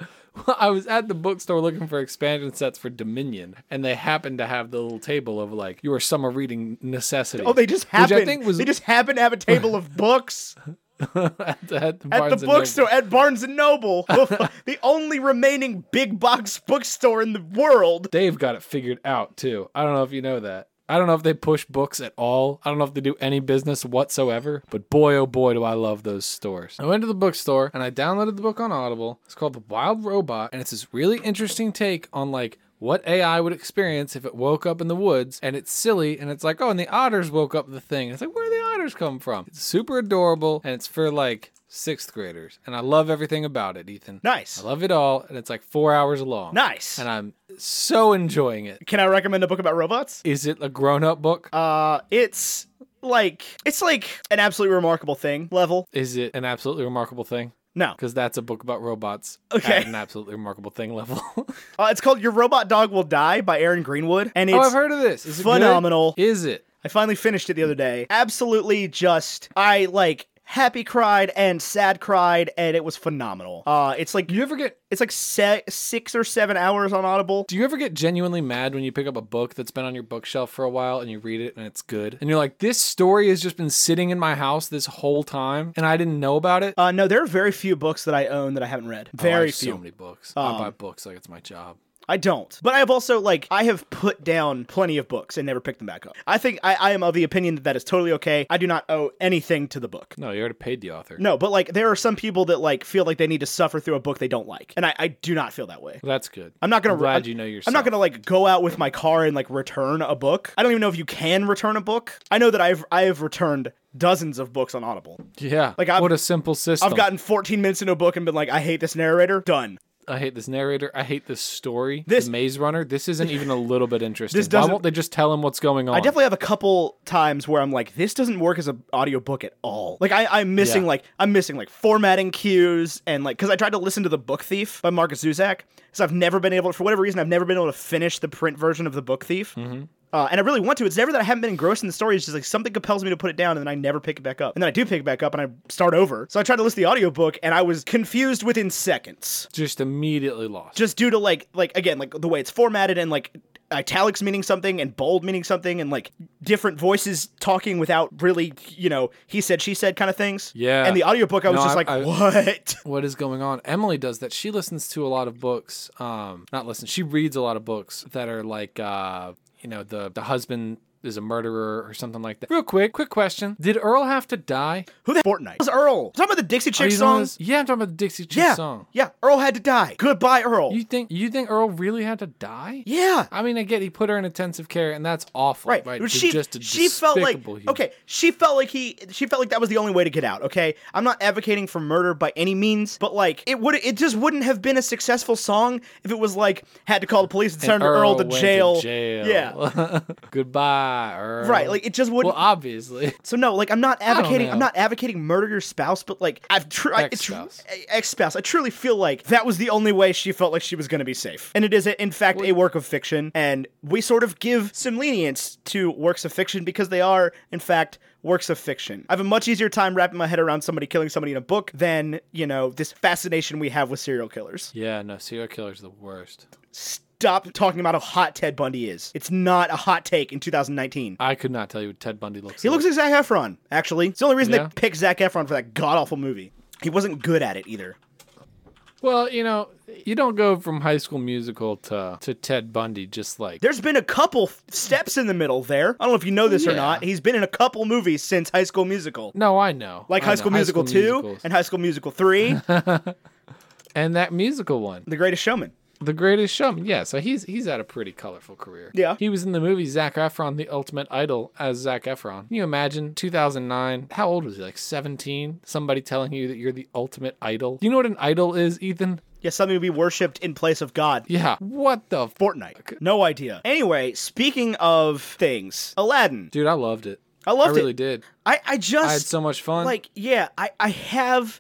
S1: I was at the bookstore looking for expansion sets for Dominion, and they happened to have the little table of like your summer reading necessity.
S2: oh, they just happen.
S1: Which I think was
S2: They just happen to have a table of books
S1: at the, at the, Barnes
S2: at the
S1: and Noble.
S2: bookstore at Barnes and Noble, the only remaining big box bookstore in the world.
S1: They've got it figured out too. I don't know if you know that. I don't know if they push books at all. I don't know if they do any business whatsoever, but boy, oh boy, do I love those stores. I went to the bookstore and I downloaded the book on Audible. It's called The Wild Robot, and it's this really interesting take on like what AI would experience if it woke up in the woods. And it's silly, and it's like, oh, and the otters woke up the thing. It's like, where do the otters come from? It's super adorable, and it's for like sixth graders. And I love everything about it, Ethan.
S2: Nice,
S1: I love it all, and it's like four hours long.
S2: nice.
S1: And I'm so enjoying it.
S2: Can I recommend a book about robots?
S1: Is it a grown up book?
S2: Uh, it's like it's like an absolutely remarkable thing level.
S1: Is it an absolutely remarkable thing?
S2: No,
S1: Because that's a book about robots.
S2: Okay.
S1: At an absolutely remarkable thing level. Oh,
S2: uh, it's called "Your Robot Dog Will Die" by Aaron Greenwood, and it's
S1: oh, I've heard of this. Is it good?
S2: phenomenal.
S1: Is it?
S2: I finally finished it the other day. Absolutely just I like happy cried and sad cried and it was phenomenal. Uh it's like
S1: Do you ever get
S2: it's like se- 6 or 7 hours on Audible.
S1: do you ever get genuinely mad when you pick up a book that's been on your bookshelf for a while and you read it and it's good? And you're like, this story has just been sitting in my house this whole time and I didn't know about it?
S2: Uh no, there are very few Um, books that I own that I haven't read.
S1: Oh, I
S2: Very
S1: have
S2: few.
S1: So many books. I buy books like it's my job.
S2: I don't. But I have also like I have put down plenty of books and never picked them back up. I think I, I am of the opinion that that is totally okay. I do not owe anything to the book.
S1: No, you already paid the author.
S2: No, but like there are some people that like feel like they need to suffer through a book they don't like, and I, I do not feel that way.
S1: That's good.
S2: I'm not gonna.
S1: glad
S2: I'm-
S1: you know
S2: I'm not
S1: yourself.
S2: gonna like go out with my car and like return a book. I don't even know if you can return a book. I know that I've I have returned dozens of books on Audible.
S1: Yeah.
S2: Like,
S1: Like
S2: I've-
S1: what a simple system.
S2: I've gotten 14 minutes into a book and been like, I hate this narrator. Done.
S1: I hate this narrator. I hate this story.
S2: This-
S1: This Maze Runner. This isn't even a little bit interesting.
S2: This
S1: Why
S2: doesn't-
S1: won't they just tell him what's going on?
S2: I definitely have a couple times where I'm like, this doesn't work as an audiobook at all. Like I, I'm missing
S1: Yeah.
S2: like I'm missing like formatting cues and like because I tried to listen to the Book Thief by Marcus Zuzak, so I've never been able for whatever reason I've never been able to finish the print version of the Book Thief.
S1: Mm-hmm.
S2: Uh, and I really want to. It's never that I haven't been engrossed in the story. It's just like something compels me to put it down, and then I never pick it back up. And then I do pick it back up, and I start over. So I tried to listen to the audiobook, and I was confused within seconds
S1: just immediately lost.
S2: just due to like like again like the way it's formatted and like italics meaning something and bold meaning something and like different voices talking without really you know he said she said kind of things
S1: Yeah.
S2: and the audiobook i was
S1: No,
S2: just
S1: I-
S2: like
S1: I-
S2: what
S1: what is going on? Emily does that. She listens to a lot of books. Um, not listen. She reads a lot of books that are like, uh, you know, the the husband is a murderer or something like that. Real quick, quick question: Did Earl have to die?
S2: who the fortnite was earl talking about the dixie
S1: Are
S2: chick
S1: you the one
S2: song
S1: that's- Yeah, I'm talking about the Dixie Chick
S2: yeah
S1: song.
S2: yeah earl had to die goodbye earl
S1: You think you think Earl really had to die?
S2: yeah
S1: I mean, I get he put her in intensive care, and that's awful.
S2: Right.
S1: Right.
S2: But
S1: They're
S2: She,
S1: just a
S2: she felt like
S1: despicable human.
S2: okay. She felt like he. She felt like that was the only way to get out. Okay. I'm not advocating for murder by any means, but like it would. It just wouldn't have been a successful song if it was like had to call the police and send
S1: And
S2: Earl, to,
S1: went
S2: jail.
S1: jail.
S2: Yeah.
S1: Goodbye, Earl.
S2: Right. Like it just wouldn't.
S1: well, obviously.
S2: so no, like I'm not advocating. I'm
S1: know.
S2: not advocating murder your spouse, but like I've tr- I- it's tr-
S1: Ex-spouse.
S2: ex spouse. I truly feel like that was the only way she felt like she was going to be safe, and it is in fact a work of fiction. And we sort of give some lenience to works of fiction because they are in fact works of fiction. I have a much easier time wrapping my head around somebody killing somebody in a book than you know this fascination we have with serial killers.
S1: Yeah. No, serial killers are the worst.
S2: Stop talking about how hot Ted Bundy is. It's not a hot take in 2019.
S1: I could not tell you what Ted Bundy looks.
S2: He
S1: like.
S2: looks like Zac Efron, actually. It's the only reason
S1: Yeah.
S2: they picked Zac Efron for that god awful movie. He wasn't good at it either.
S1: Well, you know, you don't go from High School Musical to to Ted Bundy just like
S2: There's been a couple f- steps in the middle there. I don't know if you know this or
S1: Yeah.
S2: not. He's been in a couple movies since High School Musical.
S1: no, I know,
S2: Like
S1: I
S2: High
S1: know.
S2: School Musical 2
S1: Musicals.
S2: and High School Musical 3,
S1: and that musical one,
S2: The Greatest Showman.
S1: The Greatest Showman. Yeah, so he's he's had a pretty colorful career.
S2: Yeah.
S1: he was in the movie Zac Efron: The Ultimate Idol as Zac Efron. Can you imagine 2009? How old was he? Like 17? Somebody telling you that you're the ultimate idol. Do you know what an idol is, Ethan?
S2: Yeah, something to be worshipped in place of God.
S1: Yeah. What the f-
S2: Fortnite. No idea. Anyway, speaking of things, Aladdin.
S1: dude? I loved it.
S2: I loved
S1: I really
S2: it.
S1: did.
S2: I, I just.
S1: I had so much fun.
S2: like, yeah, I, I have.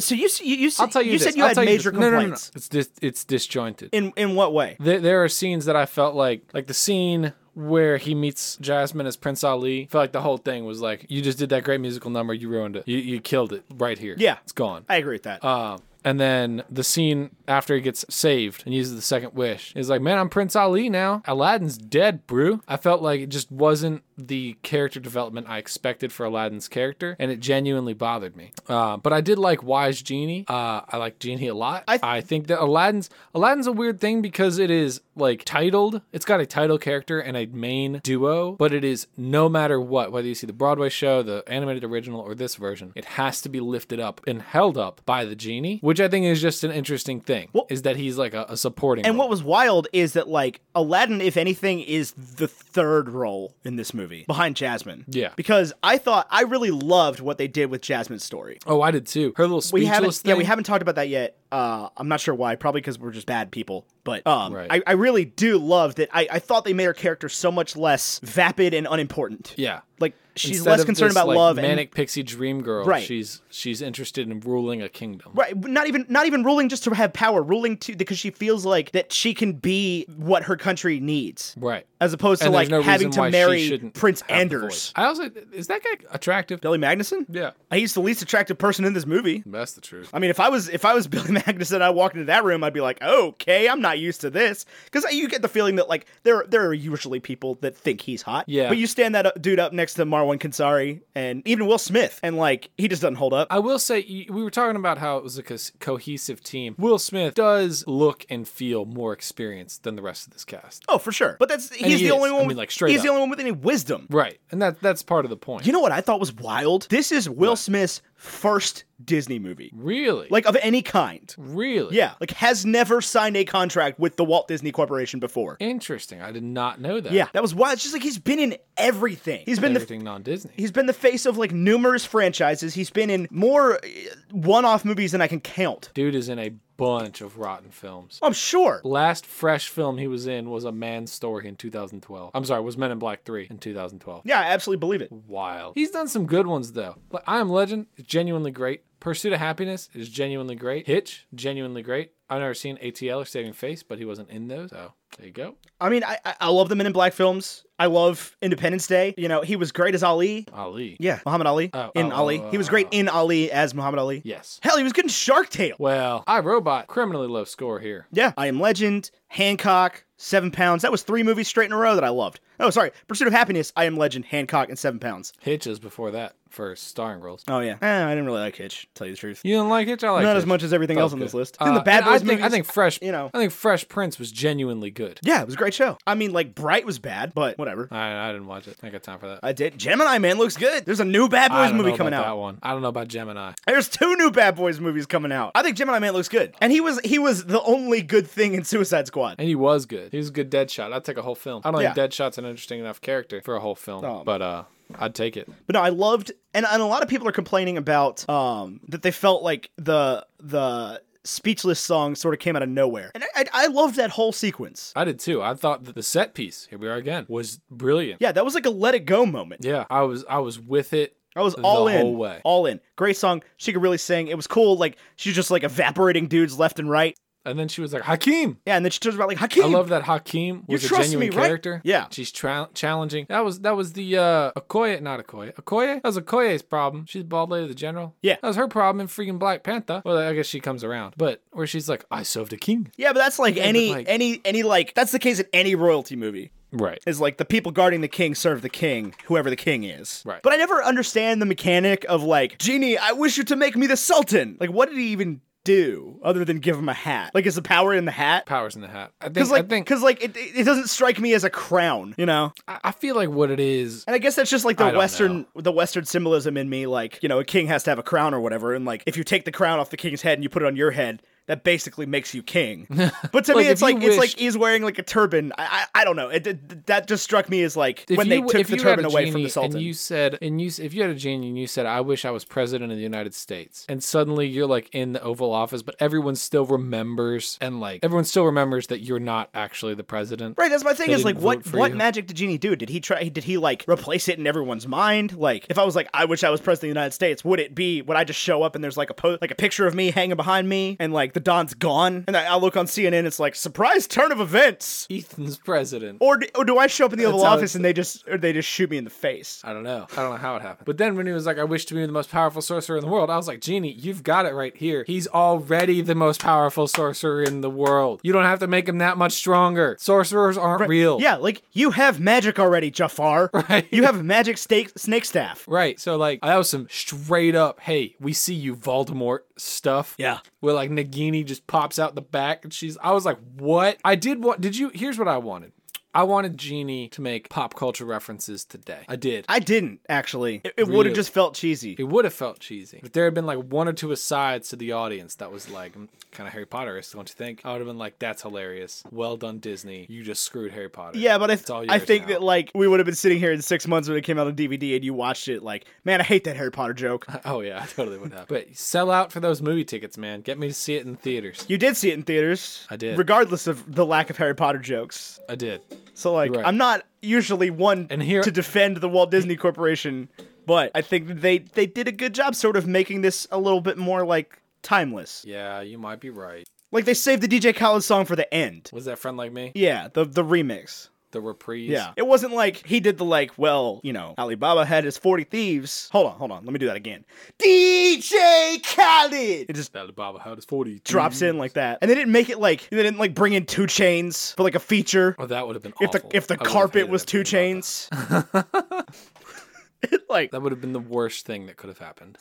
S2: So you, s- you, you, s-
S1: I'll tell you.
S2: you
S1: this.
S2: said you
S1: I'll
S2: had
S1: tell
S2: major
S1: this. No, no, no, no.
S2: complaints.
S1: It's dis- it's disjointed.
S2: In, in what way?
S1: there, there are scenes that I felt like like the scene where he meets Jasmine as Prince Ali. I felt like the whole thing was like you just did that great musical number, you ruined it, you, you killed it right here.
S2: Yeah.
S1: it's gone.
S2: I agree with that.
S1: Uh, and then the scene after he gets saved and uses the second wish is like, man, I'm Prince Ali now. Aladdin's dead, brew. I felt like it just wasn't the character development I expected for Aladdin's character, and it genuinely bothered me. Uh, but I did like Wise Genie. Uh, I like Genie a lot.
S2: I
S1: I,
S2: th-
S1: think that Aladdin's Aladdin's a weird thing because it is like titled. It's got a title character and a main duo, but it is no matter what, whether you see the Broadway show, the animated original, or this version, it has to be lifted up and held up by the genie, which I think is just an interesting thing. is that he's like a, a supporting.
S2: And
S1: role.
S2: what was wild is that like Aladdin, if anything, is the third role in this movie behind Jasmine.
S1: Yeah.
S2: Because I thought I really loved what they did with Jasmine's story.
S1: oh, I did too. Her little
S2: We
S1: speechless
S2: haven't,
S1: thing.
S2: yeah, we haven't talked about that yet. Uh, I'm not sure why. Probably because we're just bad people. But um,
S1: Right.
S2: I, I really do love that. I, I thought they made her character so much less vapid and unimportant.
S1: Yeah.
S2: Like she's
S1: Instead
S2: less
S1: of
S2: concerned
S1: this,
S2: about
S1: like,
S2: love and
S1: manic pixie dream girl.
S2: Right.
S1: She's she's interested in ruling a kingdom.
S2: Right, but not even not even ruling just to have power, ruling to because she feels like that she can be what her country needs.
S1: Right.
S2: as opposed to
S1: And there's
S2: like
S1: no
S2: having
S1: reason
S2: to
S1: why she
S2: marry
S1: shouldn't
S2: Prince
S1: have the voice.
S2: Anders.
S1: I also is that guy attractive?
S2: Billy Magnuson? Uh,
S1: Yeah,
S2: He's the least attractive person in this movie.
S1: that's the truth.
S2: I mean, if I was if I was Billy Magnus and I walked into that room, I'd be like, okay, I'm not used to this. Because you get the feeling that, like, there, there are usually people that think he's hot.
S1: Yeah.
S2: But you stand that up- dude up next to Marwan Kansari and even Will Smith, and, like, he just doesn't hold up.
S1: I will say y- we were talking about how it was a cos- cohesive team. Will Smith does look and feel more experienced than the rest of this cast,
S2: oh, for sure. But that's, he's
S1: he
S2: the only
S1: is. I
S2: one,
S1: mean,
S2: with-
S1: like, straight
S2: he's the
S1: up.
S2: only one with any wisdom.
S1: right? And that that's part of the point.
S2: You know what I thought was wild? This is Will Smith's first Disney movie,
S1: really,
S2: like, of any kind.
S1: really,
S2: Yeah, like has never signed a contract with the Walt Disney Corporation before.
S1: Interesting. I did not know that.
S2: Yeah, that was wild. It's just like he's been in everything. He's been the
S1: everything non-Disney.
S2: He's been the face of like numerous franchises. He's been in more uh, one-off movies than I can count.
S1: Dude is in a bunch of rotten films.
S2: I'm sure.
S1: Last fresh film he was in was A Man's Story in 2012. I'm sorry, was Men in Black 3 in 2012.
S2: Yeah, I absolutely believe it.
S1: Wild. He's done some good ones though. Like I Am Legend is genuinely great. Pursuit of Happiness is genuinely great. Hitch, genuinely great. I've never seen ATL or Saving Face, but he wasn't in those. So there you go.
S2: I mean, I I- I love the Men in Black films. I love Independence Day. You know, he was great as Ali.
S1: Ali.
S2: Yeah, Muhammad Ali
S1: Oh,
S2: in
S1: oh,
S2: Ali.
S1: oh,
S2: he was great in Ali as Muhammad Ali.
S1: Yes.
S2: Hell, he was good in Shark Tale.
S1: Well, I Robot, criminally low score here.
S2: Yeah, I Am Legend, Hancock, Seven Pounds. That was three movies straight in a row that I loved. Oh, sorry, Pursuit of Happiness, I Am Legend, Hancock, and Seven Pounds.
S1: Hitch is before that for starring roles.
S2: Oh yeah, eh, I didn't really like Hitch. To tell you the truth,
S1: You didn't like Hitch? I like
S2: not
S1: Hitch.
S2: as much as everything else on
S1: good.
S2: this list.
S1: Uh,
S2: Then the Bad
S1: and
S2: Boys
S1: I think, I
S2: movies,
S1: think Fresh,
S2: you know.
S1: I think Fresh Prince was genuinely good.
S2: Yeah, it was a great show. I mean, like Bright was bad, but whatever.
S1: I, I didn't watch it. I got time for that.
S2: I did. Gemini Man looks good. There's a new Bad
S1: I
S2: Boys
S1: don't
S2: movie
S1: know
S2: coming
S1: about
S2: out.
S1: That one. I don't know about Gemini.
S2: There's two new Bad Boys movies coming out. I think Gemini Man looks good, and he was he was the only good thing in Suicide Squad.
S1: And he was good. He was a good Deadshot. I'd take a whole film. I don't
S2: Yeah.
S1: think Deadshot's an interesting enough character for a whole film,
S2: Um,
S1: but uh, I'd take it.
S2: But no, I loved, and, and a lot of people are complaining about um that they felt like the the speechless song sort of came out of nowhere, and I I, I loved that whole sequence.
S1: I did too. I thought that the set piece, here we are again, was brilliant.
S2: Yeah, that was like a let it go moment.
S1: Yeah, I was I was with it.
S2: I was
S1: The
S2: all in,
S1: whole way.
S2: all in. Great song. She could really sing. It was cool. Like she's just like evaporating dudes left and right.
S1: And then she was like, Hakeem.
S2: Yeah, and then she turns about like Hakeem.
S1: I love that Hakeem was a
S2: trust
S1: genuine
S2: me, right?
S1: character.
S2: Yeah.
S1: she's tra- challenging. That was that was the uh, Okoye, not Okoye. Okoye, that was Okoye's problem. She's the bald lady, the general.
S2: Yeah.
S1: that was her problem in freaking Black Panther. Well, I guess she comes around, but where she's like, I served a king.
S2: Yeah, but that's like
S1: but
S2: any
S1: like-
S2: any any like that's the case in any royalty movie.
S1: Right.
S2: Is like the people guarding the king serve the king, whoever the king is.
S1: Right.
S2: But I never understand the mechanic of like, genie, I wish you to make me the sultan. Like, what did he even do other than give him a hat? Like, is the power in the hat?
S1: Powers in the hat. I think.
S2: Because like,
S1: I think.
S2: because like, it, it it doesn't strike me as a crown, you know.
S1: I I feel like what it is.
S2: And I guess that's just like
S1: I
S2: the
S1: don't
S2: western, the western symbolism in me. Like, you know, a king has to have a crown or whatever. And like, if you take the crown off the king's head and you put it on your head, that basically makes you king. But to
S1: Like,
S2: me, it's
S1: if you
S2: like it's like
S1: wished-
S2: he's wearing like a turban. I I, I don't know. It, it- that just struck me as like
S1: If
S2: when
S1: you,
S2: they took
S1: if
S2: the
S1: you had
S2: turban
S1: a
S2: away from
S1: genie
S2: the sultan.
S1: And you said, and you, s- if you had a genie and you said, I wish I was president of the United States, and suddenly you're like in the Oval Office, but everyone still remembers, and like everyone still remembers that you're not actually the president.
S2: Right, that's my thing.
S1: They
S2: Is like,
S1: didn't
S2: what
S1: vote for
S2: what
S1: you.
S2: magic did Genie do? Did he try? Did he like replace it in everyone's mind? Like, if I was like, I wish I was president of the United States, would it be? Would I just show up and there's like a po- like a picture of me hanging behind me, and like the Don's gone, and I, I look on CNN, it's like surprise turn of events.
S1: Ethan's president.
S2: Or do, or do I show up in the Oval
S1: how
S2: Office
S1: it's- Oh.
S2: and they just or they just shoot me in the face?
S1: I don't know. I don't know how it happened. But then when he was like, I wish to be the most powerful sorcerer in the world, I was like, Genie, you've got it right here. He's already the most powerful sorcerer in the world. You don't have to make him that much stronger. Sorcerers aren't real.
S2: Yeah, like you have magic already, Jafar.
S1: Right.
S2: You have magic snake snake staff.
S1: Right. So like that was some straight up, hey, we see you Voldemort stuff.
S2: Yeah.
S1: Where like Nagini just pops out the back and she's I was like, what? I did want did you here's what I wanted. I wanted Genie to make pop culture references today. I did.
S2: I didn't actually. It, would have
S1: Really?
S2: just felt cheesy.
S1: it would have felt cheesy. If there had been like one or two asides to the audience that was like kind of Harry Potter is, don't you think? I would have been like, that's hilarious. Well done, Disney. You just screwed Harry Potter.
S2: Yeah, but I,
S1: It's all
S2: I
S1: yours
S2: think
S1: now.
S2: that like we would have been sitting here in six months when it came out on DVD and you watched it like, man, I hate that Harry Potter joke.
S1: Oh, yeah, I totally would have. But sell out for those movie tickets, man. Get me to see it in theaters.
S2: You did see it in theaters.
S1: I did.
S2: Regardless of the lack of Harry Potter jokes.
S1: I did.
S2: So like
S1: You're right.
S2: I'm not usually one
S1: And here-
S2: to defend the Walt Disney Corporation, but I think that they they did a good job sort of making this a little bit more like timeless.
S1: Yeah, you might be right.
S2: Like they saved the DJ Khaled song for the end.
S1: Was that friend like me?
S2: Yeah, the the remix.
S1: the reprise.
S2: Yeah. It wasn't like he did the like, well, you know, Alibaba had his 40 thieves. Hold on, hold on. Let me do that again. DJ Khaled. It just
S1: Alibaba had his 40.
S2: drops in like that. And they didn't make it like they didn't like bring in two chains for like a feature.
S1: Oh, that would have been
S2: If the
S1: awful.
S2: if the
S1: I would've
S2: carpet
S1: hated
S2: was two
S1: everything about that.
S2: chains. like
S1: That would have been the worst thing that could have happened.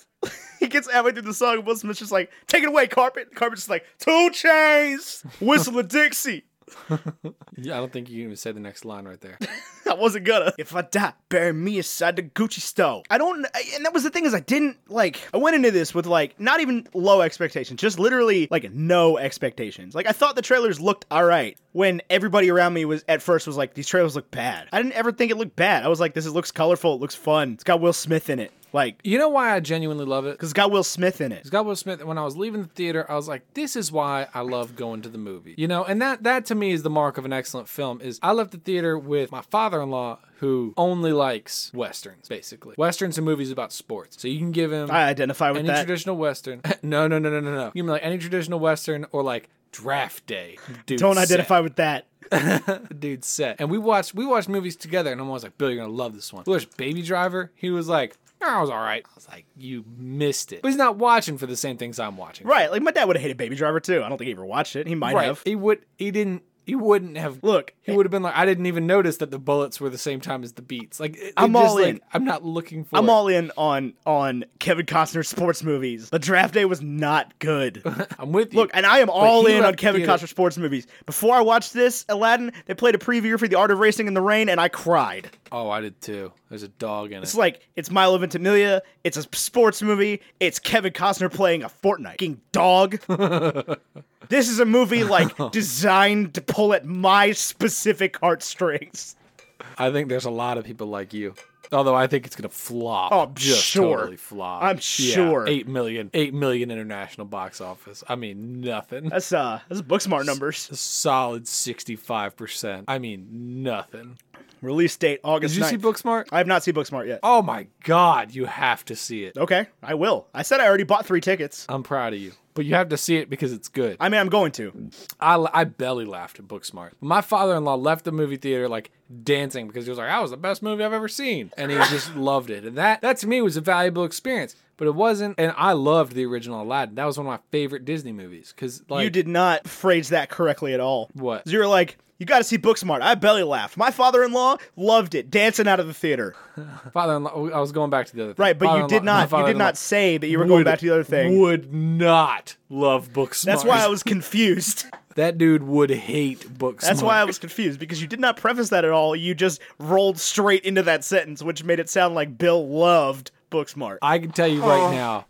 S2: he gets halfway through the song, and Will Smith's just like, take it away, carpet. Carpet's just like, two chains, whistle a Dixie.
S1: Yeah, I don't think you can even say the next line right there.
S2: I wasn't gonna. If I die, bury me inside the Gucci store. I don't, I- and that was the thing is I didn't like. I went into this with like not even low expectations, just literally like no expectations. Like I thought the trailers looked all right when everybody around me was at first was like these trailers look bad. I didn't ever think it looked bad. I was like this is, looks colorful, it looks fun. It's got Will Smith in it, like
S1: You know why I genuinely love it?
S2: because it's got Will Smith in it.
S1: Because God Will Smith, when I was leaving the theater, I was like, this is why I love going to the movie. You know, and that that to me is the mark of an excellent film is I left the theater with my father-in-law who only likes westerns, basically. Westerns and movies about sports. So you can give him
S2: I identify with
S1: any
S2: that.
S1: traditional western. no, no, no, no, no, no. You can like any traditional western or like draft day. Dude
S2: Don't
S1: set.
S2: identify with that.
S1: dude set. And we watched we watched movies together, and I'm always like, Bill, you're gonna love this one. We watched Baby Driver. He was like, I was all right. I was like, you missed it. But he's not watching for the same things I'm watching.
S2: Right, like my dad would have hated Baby Driver too. I don't think he ever watched it. He might
S1: Right.
S2: have.
S1: He would. He didn't. He wouldn't have.
S2: Look,
S1: He would have been like, I didn't even notice that the bullets were the same time as the beats. Like, it- it
S2: I'm
S1: just,
S2: all in.
S1: like, I'm not looking for.
S2: I'm
S1: it.
S2: all in on on Kevin Costner sports movies. The draft day was not good.
S1: I'm with you.
S2: Look, and I am all
S1: he
S2: in on
S1: left
S2: Kevin
S1: theater-
S2: Costner sports movies. Before I watched this, Aladdin, they played a preview for The Art of Racing in the Rain, and I cried.
S1: oh, I did too. There's a dog in it.
S2: It's like it's Milo Ventimiglia. It's a sports movie. It's Kevin Costner playing a Fortnite Fucking dog. this is a movie like designed to pull at my specific heartstrings.
S1: I think there's a lot of people like you. Although I think it's gonna flop.
S2: Oh, I'm
S1: just
S2: sure.
S1: totally flop.
S2: I'm
S1: Yeah,
S2: sure.
S1: eight million, eight million international box office. I mean, nothing.
S2: That's uh, that's Booksmart numbers.
S1: solid 65%. I mean, nothing.
S2: Release date August.
S1: Did you see
S2: 9th.
S1: Booksmart?
S2: I have not seen Booksmart yet.
S1: Oh my god, you have to see it.
S2: Okay, I will. I said I already bought three tickets.
S1: I'm proud of you. But you have to see it because it's good.
S2: I mean, I'm going to.
S1: I, I belly laughed at Booksmart. My father-in-law left the movie theater like dancing because he was like, "That was the best movie I've ever seen," and he just loved it. And that that to me was a valuable experience. But it wasn't. And I loved the original Aladdin. That was one of my favorite Disney movies because like
S2: You did not phrase that correctly at all.
S1: What?
S2: You were like, you got to see Booksmart. I belly laughed. My father-in-law loved it, dancing out of the theater.
S1: father-in-law. I was going back to the other thing.
S2: Right, but you did
S1: Father-in-law- my
S2: not. You did
S1: father-in-law
S2: not say that you were going
S1: would-
S2: back to the other thing.
S1: Would not love Booksmart.
S2: That's why I was confused.
S1: That dude would hate Booksmart.
S2: That's why I was confused because you did not preface that at all. You just rolled straight into that sentence, which made it sound like Bill loved Booksmart.
S1: I can tell you
S2: Oh.
S1: right now,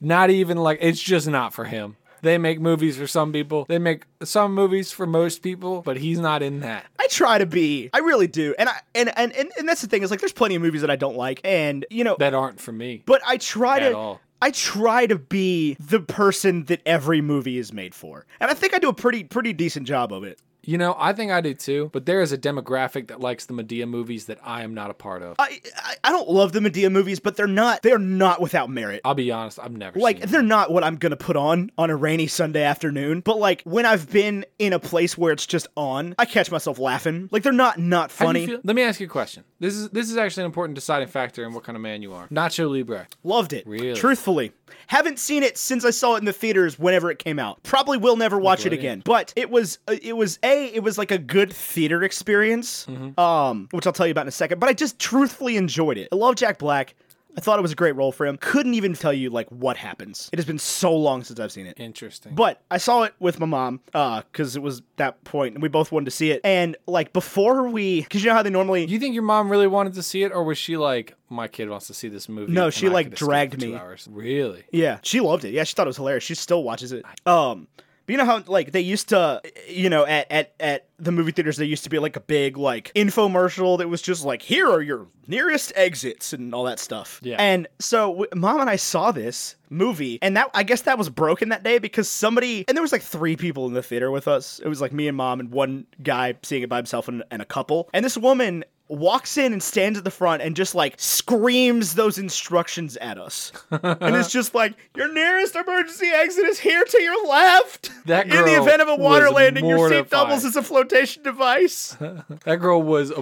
S1: not even like it's just not for him. They make movies for some people. They make some movies for most people, but he's not in that.
S2: I try to be. I really do. And I and and and, and that's the thing is like there's plenty of movies that I don't like, and you know
S1: That aren't for me.
S2: but I try
S1: At
S2: to
S1: all.
S2: I try to be the person that every movie is made for. And I think I do a pretty pretty decent job of it.
S1: You know, I think I do too. But there is a demographic that likes the Medea movies that I am not a part of.
S2: I I, I don't love the Medea movies, but they're not they're not without merit.
S1: I'll be honest, I've never
S2: Like
S1: seen it.
S2: they're not what I'm gonna put on on a rainy Sunday afternoon, but like when I've been in a place where it's just on, I catch myself laughing. Like they're not not
S1: How do
S2: funny.
S1: you feel- Let me ask you a question. This is this is actually an important deciding factor in what kind of man you are. Nacho Libre.
S2: Loved it.
S1: Really?
S2: Truthfully. Haven't seen it since I saw it in the theaters whenever it came out. Probably will never watch it
S1: Nickelodeon.
S2: again. But it was uh, it was a it was like a good theater experience. Um which I'll tell you about in a second, but I just truthfully enjoyed it. I love Jack Black. I thought it was a great role for him. Couldn't even tell you like what happens. It has been so long since I've seen it.
S1: Interesting.
S2: But I saw it with my mom because it was that point, and we both wanted to see it. And like before we, because you know how they normally
S1: Do you think your mom really wanted to see it, or was she like, "My kid wants to see this movie"?
S2: No,
S1: and
S2: she,
S1: I
S2: like,
S1: could escape
S2: dragged
S1: for two
S2: me.
S1: Hours. Really?
S2: Yeah, she loved it. Yeah, she thought it was hilarious. She still watches it. Um, but you know how like they used to, you know, at at at the movie theaters there used to be like a big like infomercial that was just like here are your nearest exits and all that stuff.
S1: Yeah.
S2: And so w- mom and I saw this movie and that I guess that was broken that day because somebody and there was like three people in the theater with us. It was like me and mom and one guy seeing it by himself and, and a couple. And this woman walks in and stands at the front and just like screams those instructions at us.
S1: Uh-huh.
S2: and it's just like, your nearest emergency exit is here to your left.
S1: That
S2: in the
S1: girl
S2: event of a water
S1: was
S2: landing, your seat
S1: mortified. Uh-huh.
S2: doubles as a flotation device.
S1: That girl was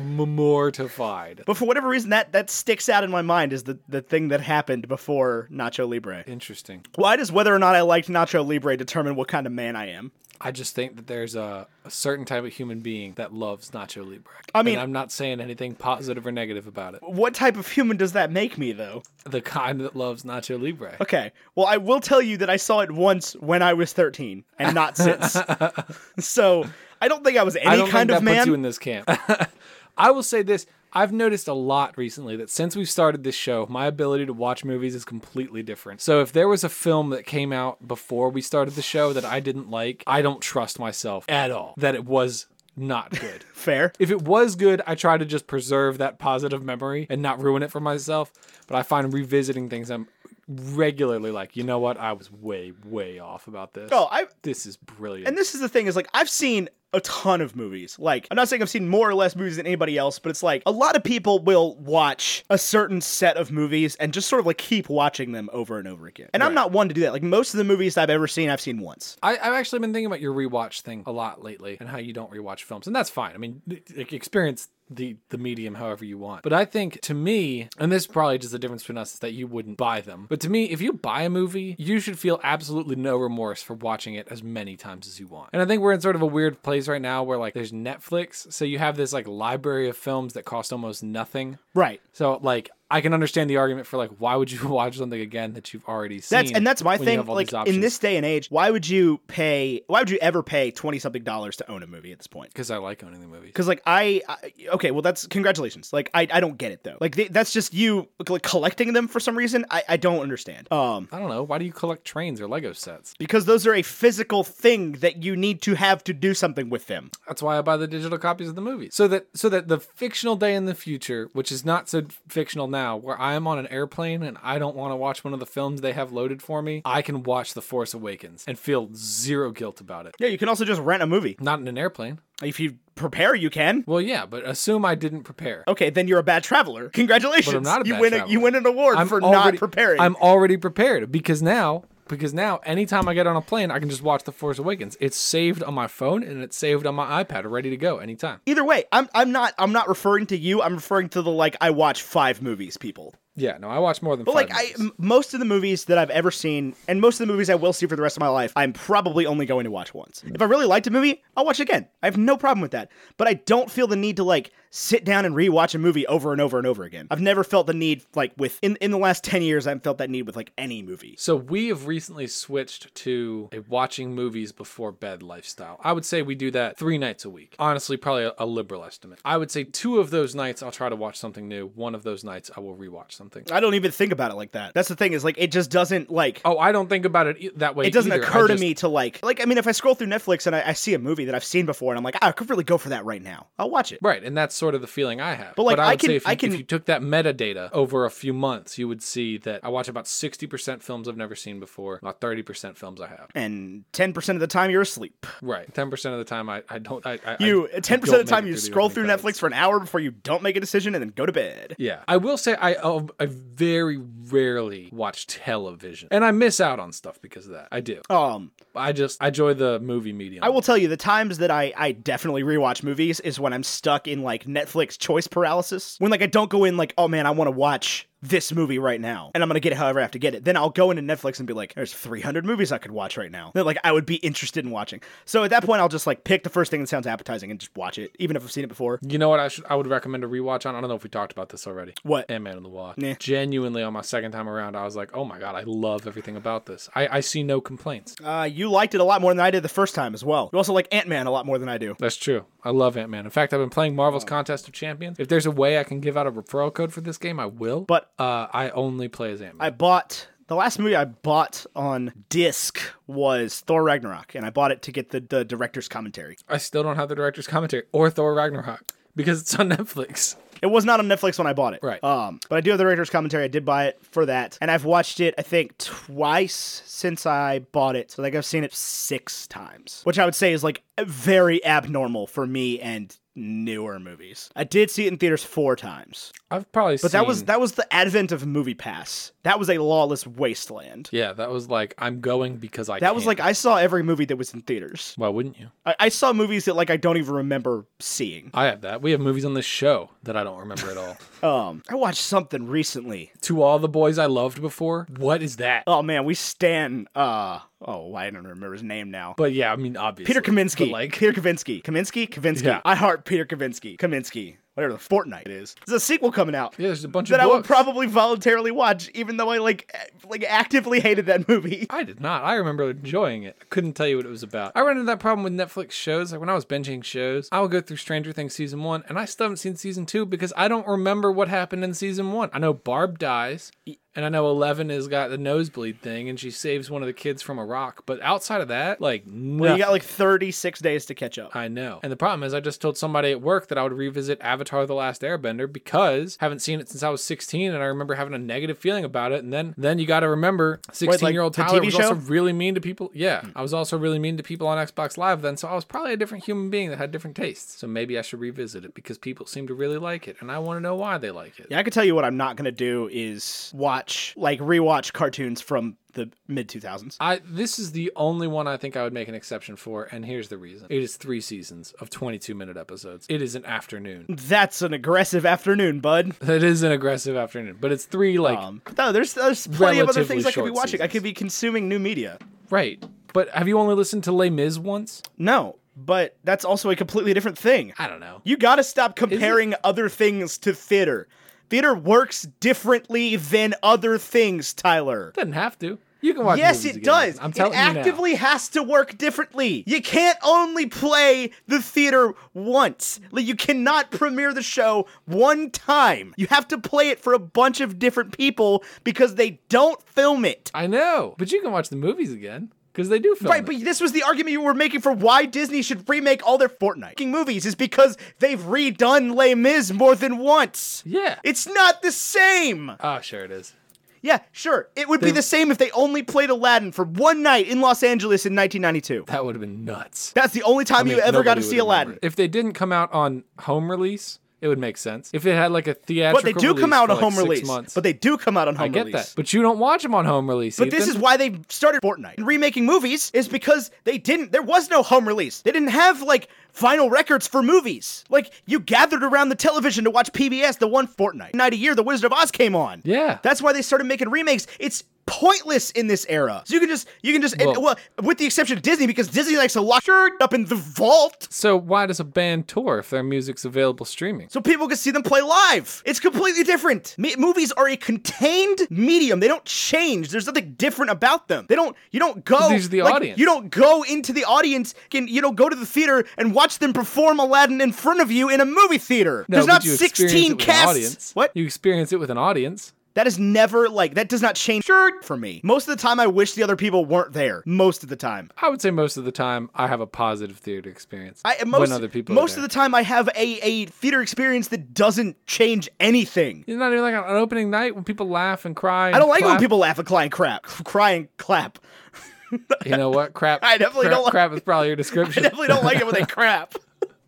S1: mortified.
S2: but for whatever reason, that that sticks out in my mind is the, the thing that happened before Nacho Libre.
S1: Interesting.
S2: Why does whether or not I liked Nacho Libre determine what kind of man I am?
S1: I just think that there's a, a certain type of human being that loves Nacho Libre.
S2: I mean-
S1: and I'm not saying anything positive or negative about it.
S2: What type of human does that make me, though?
S1: The kind that loves Nacho Libre.
S2: Okay. Well, I will tell you that I saw it once when I was 13 and not since. so I don't think I was any
S1: I don't
S2: kind
S1: think
S2: of
S1: that
S2: man.
S1: puts you in this camp. I will say this. I've noticed a lot recently that since we've started this show, my ability to watch movies is completely different. So if there was a film that came out before we started the show that I didn't like, I don't trust myself at all that it was not good.
S2: Fair.
S1: if it was good, I try to just preserve that positive memory and not ruin it for myself. But I find revisiting things I'm regularly like, you know what? I was way, way off about this.
S2: Oh, I
S1: this is brilliant.
S2: and this is the thing is like I've seen a ton of movies. Like I'm not saying I've seen more or less movies than anybody else, but it's like a lot of people will watch a certain set of movies and just sort of like keep watching them over and over again. And I'm not one to do that. Like most of the movies I've ever seen, I've seen once.
S1: I, I've actually been thinking about your rewatch thing a lot lately and how you don't rewatch films, and that's fine. I mean, like, experience the the medium however you want. But I think to me, and this is probably just the difference between us is that you wouldn't buy them. But to me, if you buy a movie, you should feel absolutely no remorse for watching it as many times as you want. And I think we're in sort of a weird place right now where like there's Netflix, so you have this like library of films that cost almost nothing.
S2: Right.
S1: So like I can understand the argument for like why would you watch something again that you've already seen?
S2: That's and that's my
S1: when you
S2: thing.
S1: have all
S2: Like
S1: these
S2: in
S1: options?
S2: this day and age, why would you pay? Why would you ever pay twenty something dollars to own a movie at this point?
S1: because I like owning the movies.
S2: Because like I, I okay, well that's congratulations. Like I, I don't get it though. Like th- that's just you like collecting them for some reason. I, I don't understand. Um,
S1: I don't know. Why do you collect trains or Lego sets?
S2: because those are a physical thing that you need to have to do something with them.
S1: That's why I buy the digital copies of the movies. So that so that the fictional day in the future, which is not so fictional now, where I am on an airplane and I don't want to watch one of the films they have loaded for me, I can watch The Force Awakens and feel zero guilt about it.
S2: Yeah, you can also just rent a movie
S1: Not in an airplane.
S2: if you prepare. You can.
S1: Well, yeah, but assume I didn't prepare.
S2: Okay, then you're a bad traveler. Congratulations,
S1: But I'm not a
S2: you
S1: bad
S2: win. A,
S1: traveler.
S2: you win an award
S1: I'm
S2: for not
S1: already-
S2: preparing.
S1: I'm already prepared because now because now anytime I get on a plane, I can just watch The Force Awakens. It's saved on my phone and it's saved on my iPad, ready to go anytime.
S2: Either way, I'm I'm not I'm not referring to you. I'm referring to the like I watch five movies, people.
S1: Yeah, no, I watch more than
S2: But
S1: five
S2: like I,
S1: movies.
S2: m- most of the movies that I've ever seen, and most of the movies I will see for the rest of my life, I'm probably only going to watch once. If I really liked a movie, I'll watch it again. I have no problem with that. But I don't feel the need to like sit down and rewatch a movie over and over and over again. I've never felt the need like with in in the last ten years, I've felt that need with like any movie.
S1: So we have recently switched to a watching movies before bed lifestyle. I would say we do that three nights a week. Honestly, probably a, a liberal estimate. I would say two of those nights I'll try to watch something new. One of those nights I will rewatch something.
S2: I don't even think about it like that. That's the thing is like it just doesn't like.
S1: Oh, I don't think about it e- that way.
S2: It doesn't
S1: either. I
S2: occur to
S1: just-
S2: me to like, like I mean, if I scroll through Netflix and I, I see a movie that I've seen before, and I'm like, "Ah, I could really go for that right now. I'll watch it.
S1: Right, and that's sort of the feeling I have. But
S2: like,
S1: I
S2: I
S1: would
S2: can-
S1: say if you,
S2: I can-
S1: if you took that metadata over a few months, you would see that I watch about sixty percent films I've never seen before, about thirty percent films I have.
S2: And ten percent of the time, you're asleep.
S1: Right, ten percent of the time I, I don't. I, I
S2: You
S1: I
S2: ten
S1: don't
S2: percent of
S1: make
S2: the time
S1: it
S2: you
S1: the
S2: scroll
S1: opening
S2: through
S1: credits.
S2: Netflix for an hour before you don't make a decision and then go to bed.
S1: Yeah. I will say I uh, I very rarely watch television. And I miss out on stuff because of that. I do.
S2: Um,
S1: I just I enjoy the movie medium.
S2: I will tell you the times that I I definitely rewatch movies is when I'm stuck in like Netflix choice paralysis. When like I don't go in like, oh man, I want to watch this movie right now and I'm gonna get it however I have to get it. Then I'll go into Netflix and be like, there's 300 movies I could watch right now that like I would be interested in watching. So at that point, I'll just like pick the first thing that sounds appetizing and just watch it, even if I've seen it before.
S1: You know what I should I would recommend a rewatch on? I don't know if we talked about this already.
S2: What?
S1: Ant Man and the Wasp.
S2: Nah.
S1: Genuinely on my second time around, I was like, oh my god, I love everything about this. I, I see no complaints.
S2: Uh, you liked it a lot more than I did the first time as well. You also like Ant Man a lot more than I do.
S1: That's true. I love Ant Man. In fact, I've been playing Marvel's
S2: Oh.
S1: Contest of Champions. If there's a way I can give out a referral code for this game, I will.
S2: But-
S1: uh, I only play as Ant Man.
S2: I bought the last movie I bought on disc was Thor Ragnarok, and I bought it to get the, the director's commentary.
S1: I still don't have the director's commentary or Thor Ragnarok because it's on Netflix.
S2: It was not on Netflix when I bought it,
S1: Right.
S2: Um, but I do have the director's commentary. I did buy it for that, and I've watched it I think twice since I bought it. So like I've seen it six times, which I would say is like very abnormal for me and newer movies. I did see it in theaters four times,
S1: I've probably
S2: but that was that was the advent of Movie Pass. That was a lawless wasteland.
S1: Yeah, that was like I'm going because I
S2: That was
S1: can.
S2: like I saw every movie that was in theaters.
S1: why wouldn't you?
S2: I, I saw movies that like I don't even remember seeing.
S1: I have that. We have movies on this show that I don't remember at all.
S2: Um, I watched something recently.
S1: to all the boys I loved before. What is that?
S2: Oh man, we stan. Uh, oh, I don't remember his name now.
S1: But yeah, I mean obviously
S2: Peter Kaminsky.
S1: But, like
S2: Peter Kavinsky. Kaminsky? Kavinsky.
S1: Yeah.
S2: I heart Peter Kavinsky. Kaminsky. Whatever the Fortnite it is. There's a sequel coming out.
S1: yeah, there's a bunch
S2: That
S1: of
S2: I would
S1: books.
S2: probably voluntarily watch, even though I like a- like actively hated that movie.
S1: I did not. I remember enjoying it. I couldn't tell you what it was about. I run into that problem with Netflix shows. Like when I was binging shows, I would go through Stranger Things season one, and I still haven't seen season two because I don't remember what happened in season one. I know Barb dies, and I know Eleven has got the nosebleed thing, and she saves one of the kids from a rock. But outside of that, like nothing.
S2: Well, you got like 36 days to catch up.
S1: I know. And the problem is, I just told somebody at work that I would revisit Avatar: The Last Airbender because haven't seen it since I was 16, and I remember having a negative feeling about it. And then, then you got to remember, 16 year old
S2: the
S1: Tyler
S2: TV
S1: was
S2: show? Hmm.
S1: also really mean to people. Yeah, I was also really mean to people on Xbox Live then, so I was probably a different human being that had different tastes. So maybe I should revisit it because people seem to really like it, and I want to know why they like it.
S2: Yeah, I can tell you what I'm not gonna do is watch like rewatch cartoons from the mid 2000s.
S1: I this is the only one I think I would make an exception for, and here's the reason: it is three seasons of 22 minute episodes. It is an afternoon.
S2: That's an aggressive afternoon, bud.
S1: It is an aggressive afternoon, but it's three like
S2: Um, no, there's there's plenty of other
S1: Relatively
S2: things I could be
S1: short
S2: watching. I
S1: seasons.
S2: could be consuming new media.
S1: Right. But have you only listened to Les Mis once?
S2: No, but that's also a completely different thing.
S1: I don't know.
S2: You gotta stop comparing other things to theater. Theater works differently than other things, Tyler.
S1: Doesn't have to. You can watch.
S2: Yes,
S1: movies
S2: it
S1: again.
S2: does.
S1: I'm
S2: it
S1: telling you now.
S2: actively has to work differently. You can't only play the theater once. Like you cannot premiere the show one time. You have to play it for a bunch of different people because they don't film it.
S1: I know, but you can watch the movies again because they do film.
S2: Right, but this was the argument you were making for why Disney should remake all their Fortnite fucking movies is because they've redone Les Mis more than once.
S1: yeah.
S2: It's not the same.
S1: oh, sure it is.
S2: Yeah, sure. It would be the same if they only played Aladdin for one night in Los Angeles in 1992.
S1: That would have been nuts.
S2: That's the only time you
S1: Like,
S2: ever got
S1: nobody
S2: to
S1: would
S2: see
S1: remember
S2: Aladdin.
S1: it. If they didn't come out on home release, it would make sense. If it had like a theatrical,
S2: But they do come
S1: release
S2: out
S1: for,
S2: on
S1: like,
S2: home
S1: six
S2: release.
S1: Months.
S2: But they do come out on home
S1: I get
S2: release.
S1: that. But you don't watch them on home release.
S2: But this is why they started Fortnite. And remaking movies is because they didn't there was no home release. They didn't have like vinyl records for movies. Like you gathered around the television to watch PBS the one Fortnite night a year the Wizard of Oz came on.
S1: Yeah.
S2: That's why they started making remakes. It's pointless in this era. So you can just you can just and-
S1: Well-
S2: well, with the exception of Disney because Disney likes to lock her up in the vault
S1: So why does a band tour if their music's available streaming?
S2: so people can see them play live. It's completely different. Me- movies are a contained medium. They don't change. There's nothing different about them. They don't. You don't go.
S1: these are the
S2: like,
S1: audience.
S2: You don't go into the audience. Can you don't go to the theater and watch them perform Aladdin in front of you in a movie theater?
S1: No,
S2: There's
S1: but
S2: not
S1: you experience
S2: 16
S1: it with an
S2: casts.
S1: audience.
S2: What?
S1: You experience it with an audience.
S2: That is never like that. Does not change Sure, for me. Most of the time, I wish the other people weren't there. Most of the time.
S1: I would say most of the time I have a positive theater experience.
S2: I, most,
S1: when other people
S2: most of the time, I have a, a theater experience that doesn't change anything.
S1: It's not even like on an opening night when people laugh and cry.
S2: I don't like when people laugh and cry and crap. Cry and clap.
S1: You know what? Crap.
S2: I definitely
S1: crap,
S2: don't like-
S1: crap is probably your
S2: I
S1: description.
S2: definitely don't like it when they crap.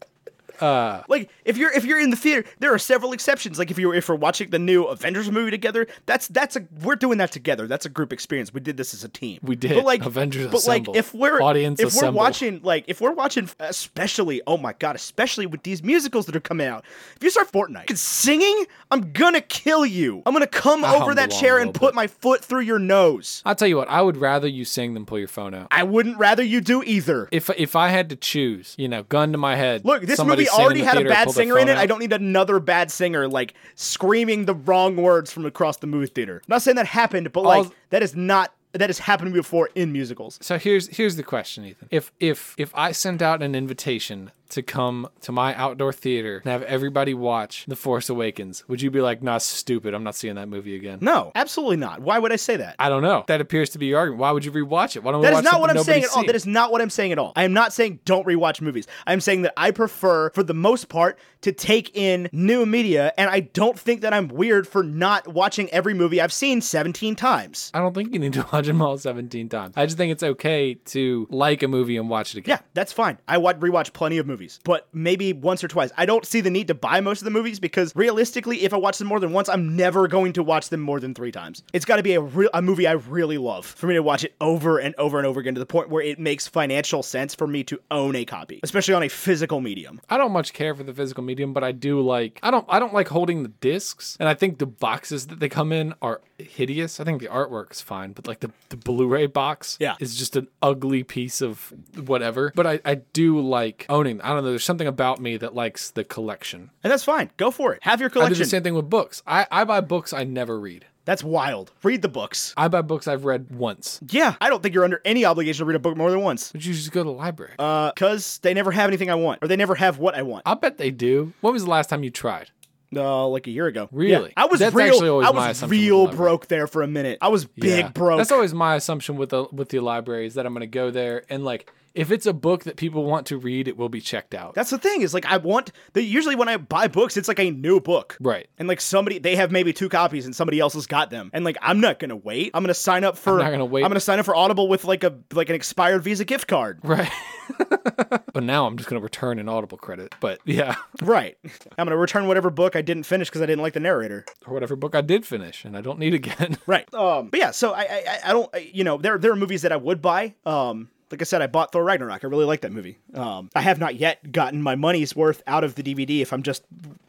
S1: Uh,
S2: like if you're if you're in the theater, there are several exceptions. Like if you're if we're watching the new Avengers movie together, that's that's a we're doing that together. That's a group experience. We did this as a team.
S1: We did.
S2: But like
S1: Avengers
S2: But
S1: assemble.
S2: like if we're
S1: Audience
S2: if
S1: assemble.
S2: we're watching like if we're watching especially oh my god especially with these musicals that are coming out. If you start Fortnite fucking singing, I'm gonna kill you. I'm gonna come over
S1: hummed
S2: that
S1: along
S2: chair
S1: a
S2: and
S1: little
S2: put my foot through your nose.
S1: I'll tell you what. I would rather you sing than pull your phone out.
S2: I wouldn't rather you do either.
S1: If if I had to choose, you know, gun to my head.
S2: Look, this
S1: somebody sing
S2: movie
S1: in
S2: already
S1: the
S2: had a
S1: theater and
S2: bad
S1: pull their
S2: singer in
S1: phone
S2: it. I
S1: out.
S2: don't need another bad singer like screaming the wrong words from across the movie theater. not saying that happened, but like
S1: All-
S2: that is not that has happened to me before in musicals.
S1: So here's here's the question, Ethan. If if if I sent out an invitation to come to my outdoor theater and have everybody watch The Force Awakens, would you be like, "Nah, stupid. I'm not seeing that movie again."
S2: No, absolutely not. Why would I say that?
S1: I don't know. That appears to be your argument. Why would you rewatch it? Why don't we
S2: That is
S1: watch
S2: not what
S1: something
S2: I'm saying
S1: nobody's
S2: at all.
S1: seen?
S2: That is not what I'm saying at all. I am not saying don't rewatch movies. I'm saying that I prefer, for the most part, to take in new media, and I don't think that I'm weird for not watching every movie I've seen 17 times.
S1: I don't think you need to watch them all 17 times. I just think it's okay to like a movie and watch it again.
S2: Yeah, that's fine. I wa- rewatch plenty of movies, but maybe once or twice. I don't see the need to buy most of the movies because realistically, if I watch them more than once, I'm never going to watch them more than three times. It's got to be a real a movie I really love for me to watch it over and over and over again to the point where it makes financial sense for me to own a copy, especially on a physical medium.
S1: I don't much care for the physical medium, but I do like I don't I don't like holding the discs, and I think the boxes that they come in are hideous. I think the artwork's fine, but like the, the Blu-ray box
S2: Yeah.
S1: is just an ugly piece of whatever. But I, I do like owning. I don't know. There's something about me that likes the collection.
S2: And that's fine. Go for it. Have your
S1: I do the
S2: collection.
S1: same thing with books. I, I buy books I never read.
S2: That's wild. Read the books.
S1: I buy books I've read once.
S2: Yeah, I don't think you're under any obligation to read a book more than once.
S1: Would you just go to the library?
S2: Uh, cause they never have anything I want, or they never have what I want.
S1: I bet they do. When was the last time you tried?
S2: No, uh, like a year ago.
S1: Really?
S2: Yeah. I was
S1: That's
S2: real.
S1: actually always
S2: I
S1: my
S2: was
S1: assumption with
S2: real
S1: library.
S2: broke there for a minute. I was big
S1: Yeah.
S2: broke.
S1: That's always my assumption with the with the library is that I'm going to go there and like if it's a book that people want to read, it will be checked out.
S2: That's the thing is like I want. The, usually when I buy books, it's like a new book.
S1: right.
S2: And like somebody, they have maybe two copies, and somebody else has got them. And like, I'm not gonna wait. I'm gonna sign up for.
S1: I'm not gonna wait.
S2: I'm gonna sign up for Audible with like a like an expired Visa gift card.
S1: Right. but now I'm just going to return an Audible credit. But yeah,
S2: right. I'm gonna return whatever book I didn't finish because I didn't like the narrator.
S1: or whatever book I did finish and I don't need again.
S2: Right. Um. But yeah. So I I, I- I don't I, you know there there are movies that I would buy. Um. Like I said, I bought Thor Ragnarok. I really like that movie. Um, I have not yet gotten my money's worth out of the DVD if I'm just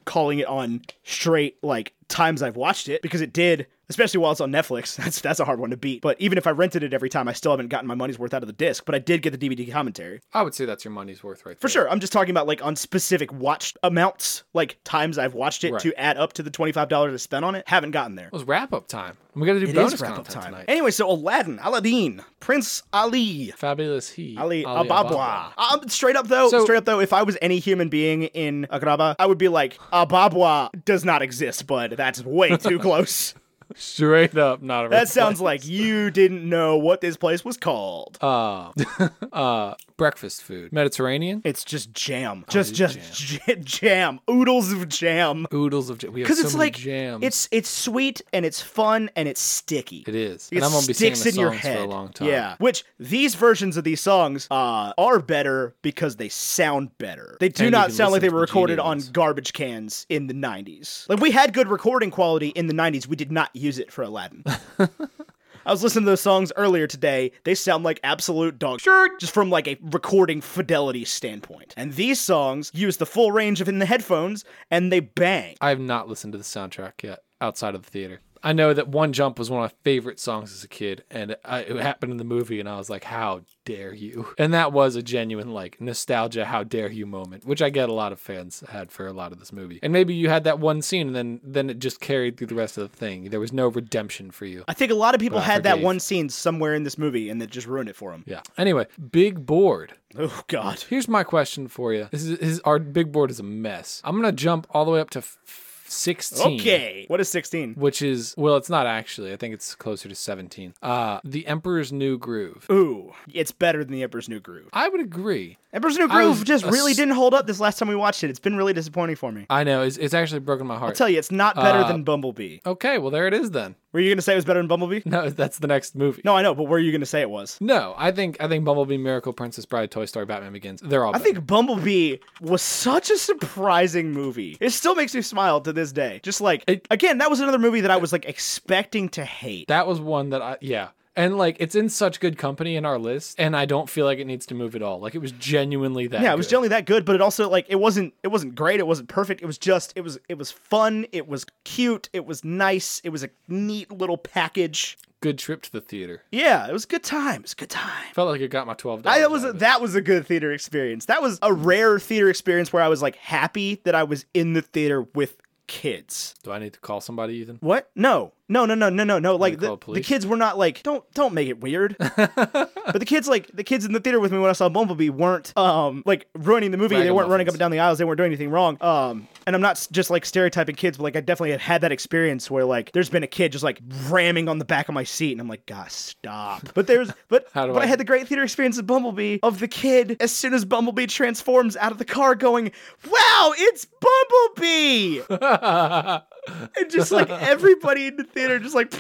S2: calling it on straight like times I've watched it because it did, especially while it's on Netflix. That's that's a hard one to beat. But even if I rented it every time, I still haven't gotten my money's worth out of the disc. But I did get the DVD commentary
S1: I would say that's your money's worth right
S2: for sure. I'm just talking about like on specific watched amounts, like times I've watched it
S1: Right.
S2: to add up to the twenty five dollars I spent on it. Haven't gotten there.
S1: It was wrap up time. We got to do
S2: It
S1: bonus
S2: is wrap-up
S1: content tonight.
S2: Anyway, so Aladdin, Aladdin, Prince Ali,
S1: Fabulous he.
S2: Ali, Ababwa. Um, straight up though,
S1: So-
S2: straight up though, if I was any human being in Agrabah, I would be like, Ababwa does not exist, bud. That's way too close.
S1: Straight up, not a
S2: That sounds like you didn't know what this place was called.
S1: uh, uh, breakfast food. Mediterranean.
S2: it's just jam, just just jam. jam, oodles of jam.
S1: Oodles of jam. We have
S2: Because
S1: so
S2: it's
S1: many
S2: like
S1: jams.
S2: it's it's sweet and it's fun and it's sticky.
S1: It is.
S2: It
S1: and I'm gonna be singing
S2: sticks
S1: the
S2: in your
S1: songs
S2: head
S1: for a long time.
S2: Yeah, which these versions of these songs uh, are better because they sound better. They do
S1: And you
S2: not
S1: can
S2: sound like
S1: listen
S2: they
S1: to
S2: were
S1: the
S2: recorded
S1: GD
S2: on
S1: ones.
S2: garbage cans in the '90s. Like we had good recording quality in the '90s. We did not use it for Aladdin. I was listening to those songs earlier today. They sound like absolute dog shit, just from like a recording fidelity standpoint. And these songs use the full range of in the headphones, and they bang.
S1: I have not listened to the soundtrack yet outside of the theater. I know that One Jump was one of my favorite songs as a kid, and I, it happened in the movie, and I was like, "How dare you!" And that was a genuine like nostalgia, "How dare you" moment, which I get a lot of fans had for a lot of this movie. And maybe you had that one scene, and then then it just carried through the rest of the thing. There was no redemption for you.
S2: I think a lot of people
S1: I
S2: had that
S1: forgave.
S2: one scene somewhere in this movie, and it just ruined it for them.
S1: Yeah. Anyway, Big Board.
S2: Oh God.
S1: Here's my question for you. This is, this is our big board is a mess. I'm gonna jump all the way up to f- sixteen.
S2: Okay. What is 16?
S1: which is well it's not actually i think it's closer to 17 uh the emperor's new groove
S2: Ooh, it's better than the Emperor's New Groove.
S1: i would agree
S2: Emperor's New
S1: I was
S2: Groove just
S1: a
S2: really
S1: s-
S2: didn't hold up this last time we watched it. It's been really disappointing for me.
S1: i know it's, it's actually broken my
S2: I'll
S1: heart
S2: tell you, it's not
S1: Uh,
S2: better than Bumblebee.
S1: okay well there it is then
S2: Were you gonna say it was better than Bumblebee?
S1: no that's the next movie
S2: No, I know, but were you gonna say it was?
S1: no i think i think bumblebee miracle princess bride toy story batman begins they're all
S2: I think Bumblebee was such a surprising movie. It still makes me smile to this day. Just like
S1: It-
S2: again, that was another movie that I was like expecting to hate.
S1: that was one that i yeah and like it's in such good company in our list and i don't feel like it needs to move at all like it was genuinely that
S2: yeah, it was
S1: good.
S2: generally that good, but it also like it wasn't it wasn't great, it wasn't perfect. It was just it was it was fun, it was cute, it was nice, it was a neat little package.
S1: good trip to the theater
S2: Yeah, it was good time. It was good time.
S1: felt like it got my 12
S2: I, that was a, that was a good theater experience. That was a rare theater experience where I was like happy that I was in the theater with kids.
S1: do i need to call somebody ethan
S2: What? No. No, no, no, no, no, no. Like
S1: they
S2: the,
S1: call
S2: the
S1: police?
S2: kids were not like don't don't make it weird. but the kids like the kids in the theater with me when I saw Bumblebee weren't um like ruining the movie. They weren't running
S1: Ragamuffins.
S2: up and down the aisles. They weren't doing anything wrong. Um and I'm not s- just like stereotyping kids, but like I definitely had had that experience where like there's been a kid just like ramming on the back of my seat, and I'm like, God, stop. But there's but
S1: How do
S2: but I
S1: I-
S2: had the great theater experience of Bumblebee of the kid as soon as Bumblebee transforms out of the car, going, Wow, it's Bumblebee! and just like everybody in the theater just like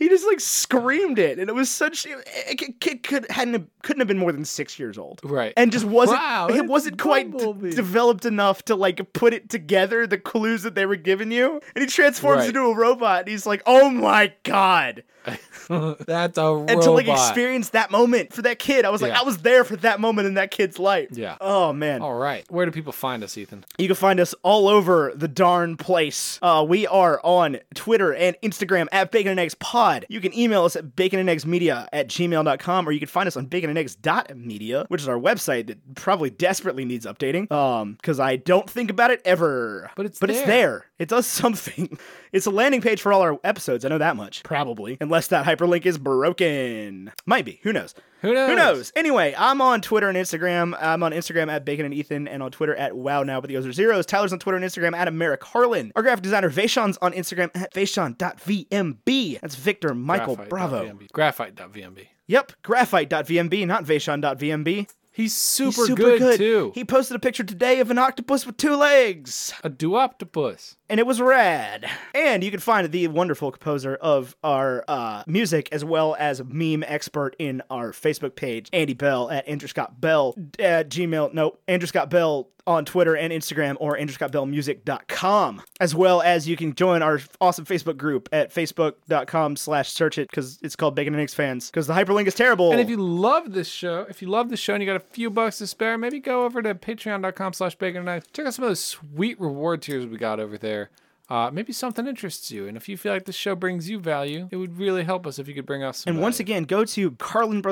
S2: he just like screamed it, and it was such. It, it, it could hadn't couldn't have been more than six years old,
S1: Right.
S2: and just wasn't.
S1: Wow,
S2: it
S1: it's
S2: wasn't quite d-
S1: Bumblebee.
S2: developed enough to like put it together. The clues that they were giving you, and he transforms
S1: Right.
S2: into a robot. And he's like, "Oh my god!"
S1: That's a robot.
S2: And to like experience that moment for that kid, I was like,
S1: Yeah.
S2: I was there for that moment in that kid's life.
S1: Yeah.
S2: Oh man.
S1: All right. Where do people find us, Ethan?
S2: You can find us all over the darn place. Uh, we are on Twitter and Instagram at Bacon and Eggs Pod. You can email us at bacon and eggs media at gmail.com or you can find us on bacon and eggs dot media, which is our website that probably desperately needs updating. Um, because I don't think about it ever.
S1: But it's
S2: but it's
S1: there.
S2: there. It does something. It's a landing page for all our episodes. I know that much. Probably. Unless that hyperlink is broken. Might be. Who knows?
S1: Who knows?
S2: Who knows? Anyway, I'm on Twitter and Instagram. I'm on Instagram at Bacon and Ethan and on Twitter at Wow Now with the O's are zeros. Tyler's on Twitter and Instagram at Merrick Harlan. Our graphic designer Vaishon's on Instagram at Vaishon.vmb. That's Victor Michael Bravo.
S1: Graphite.vmb. Graphite.vmb.
S2: Yep, graphite.vmb, not Vaishon.vmb.
S1: He's super,
S2: He's super
S1: good, too.
S2: He posted a picture today of an octopus with two legs,
S1: a duoptopus.
S2: and it was rad. And you can find the wonderful composer of our uh, music as well as meme expert in our Facebook page, Andy Bell at Andrew Scott Bell at Gmail. No, Andrew Scott Bell on Twitter and Instagram or andrewscottbellmusic.com. As well as you can join our awesome Facebook group at facebook.com slash search it because it's called Bacon and Eggs Fans because the hyperlink is terrible.
S1: And if you love this show, if you love this show and you got a few bucks to spare, maybe go over to patreon.com slash bacon and eggs. Check out some of those sweet reward tiers we got over there. Uh, maybe something interests you. And if you feel like this show brings you value, it would really help us if you could bring us some
S2: And once
S1: value.
S2: again, go to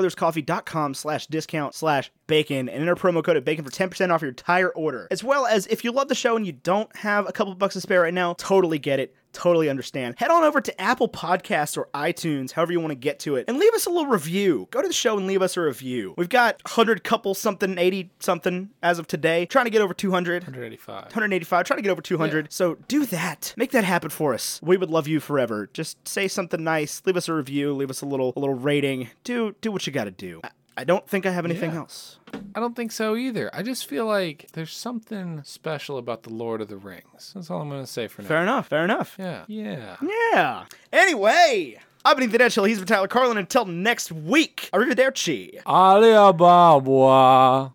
S2: carlinbrotherscoffee.com slash discount slash bacon and enter promo code at bacon for 10% off your entire order. As well as if you love the show and you don't have a couple bucks to spare right now, totally get it. Totally understand. Head on over to Apple Podcasts or iTunes, however you want to get to it, and leave us a little review. Go to the show and leave us a review. We've got 100 couple something, 80 something as of today. Trying to get over 200.
S1: 185.
S2: 185, trying to get over 200. So do that. Make that happen for us. We would love you forever. Just say something nice, leave us a review, leave us a little a little rating. Do do what you got to do. I, I don't think I have anything
S1: Yeah.
S2: else.
S1: I don't think so either. I just feel like there's something special about the Lord of the Rings. That's all I'm going to say for now.
S2: Fair enough. Fair enough.
S1: Yeah. Yeah.
S2: Yeah. Anyway, I've been Ethan Edgehill. He's been Tyler Carlin. Until next week, arrivederci.
S1: Alibaba.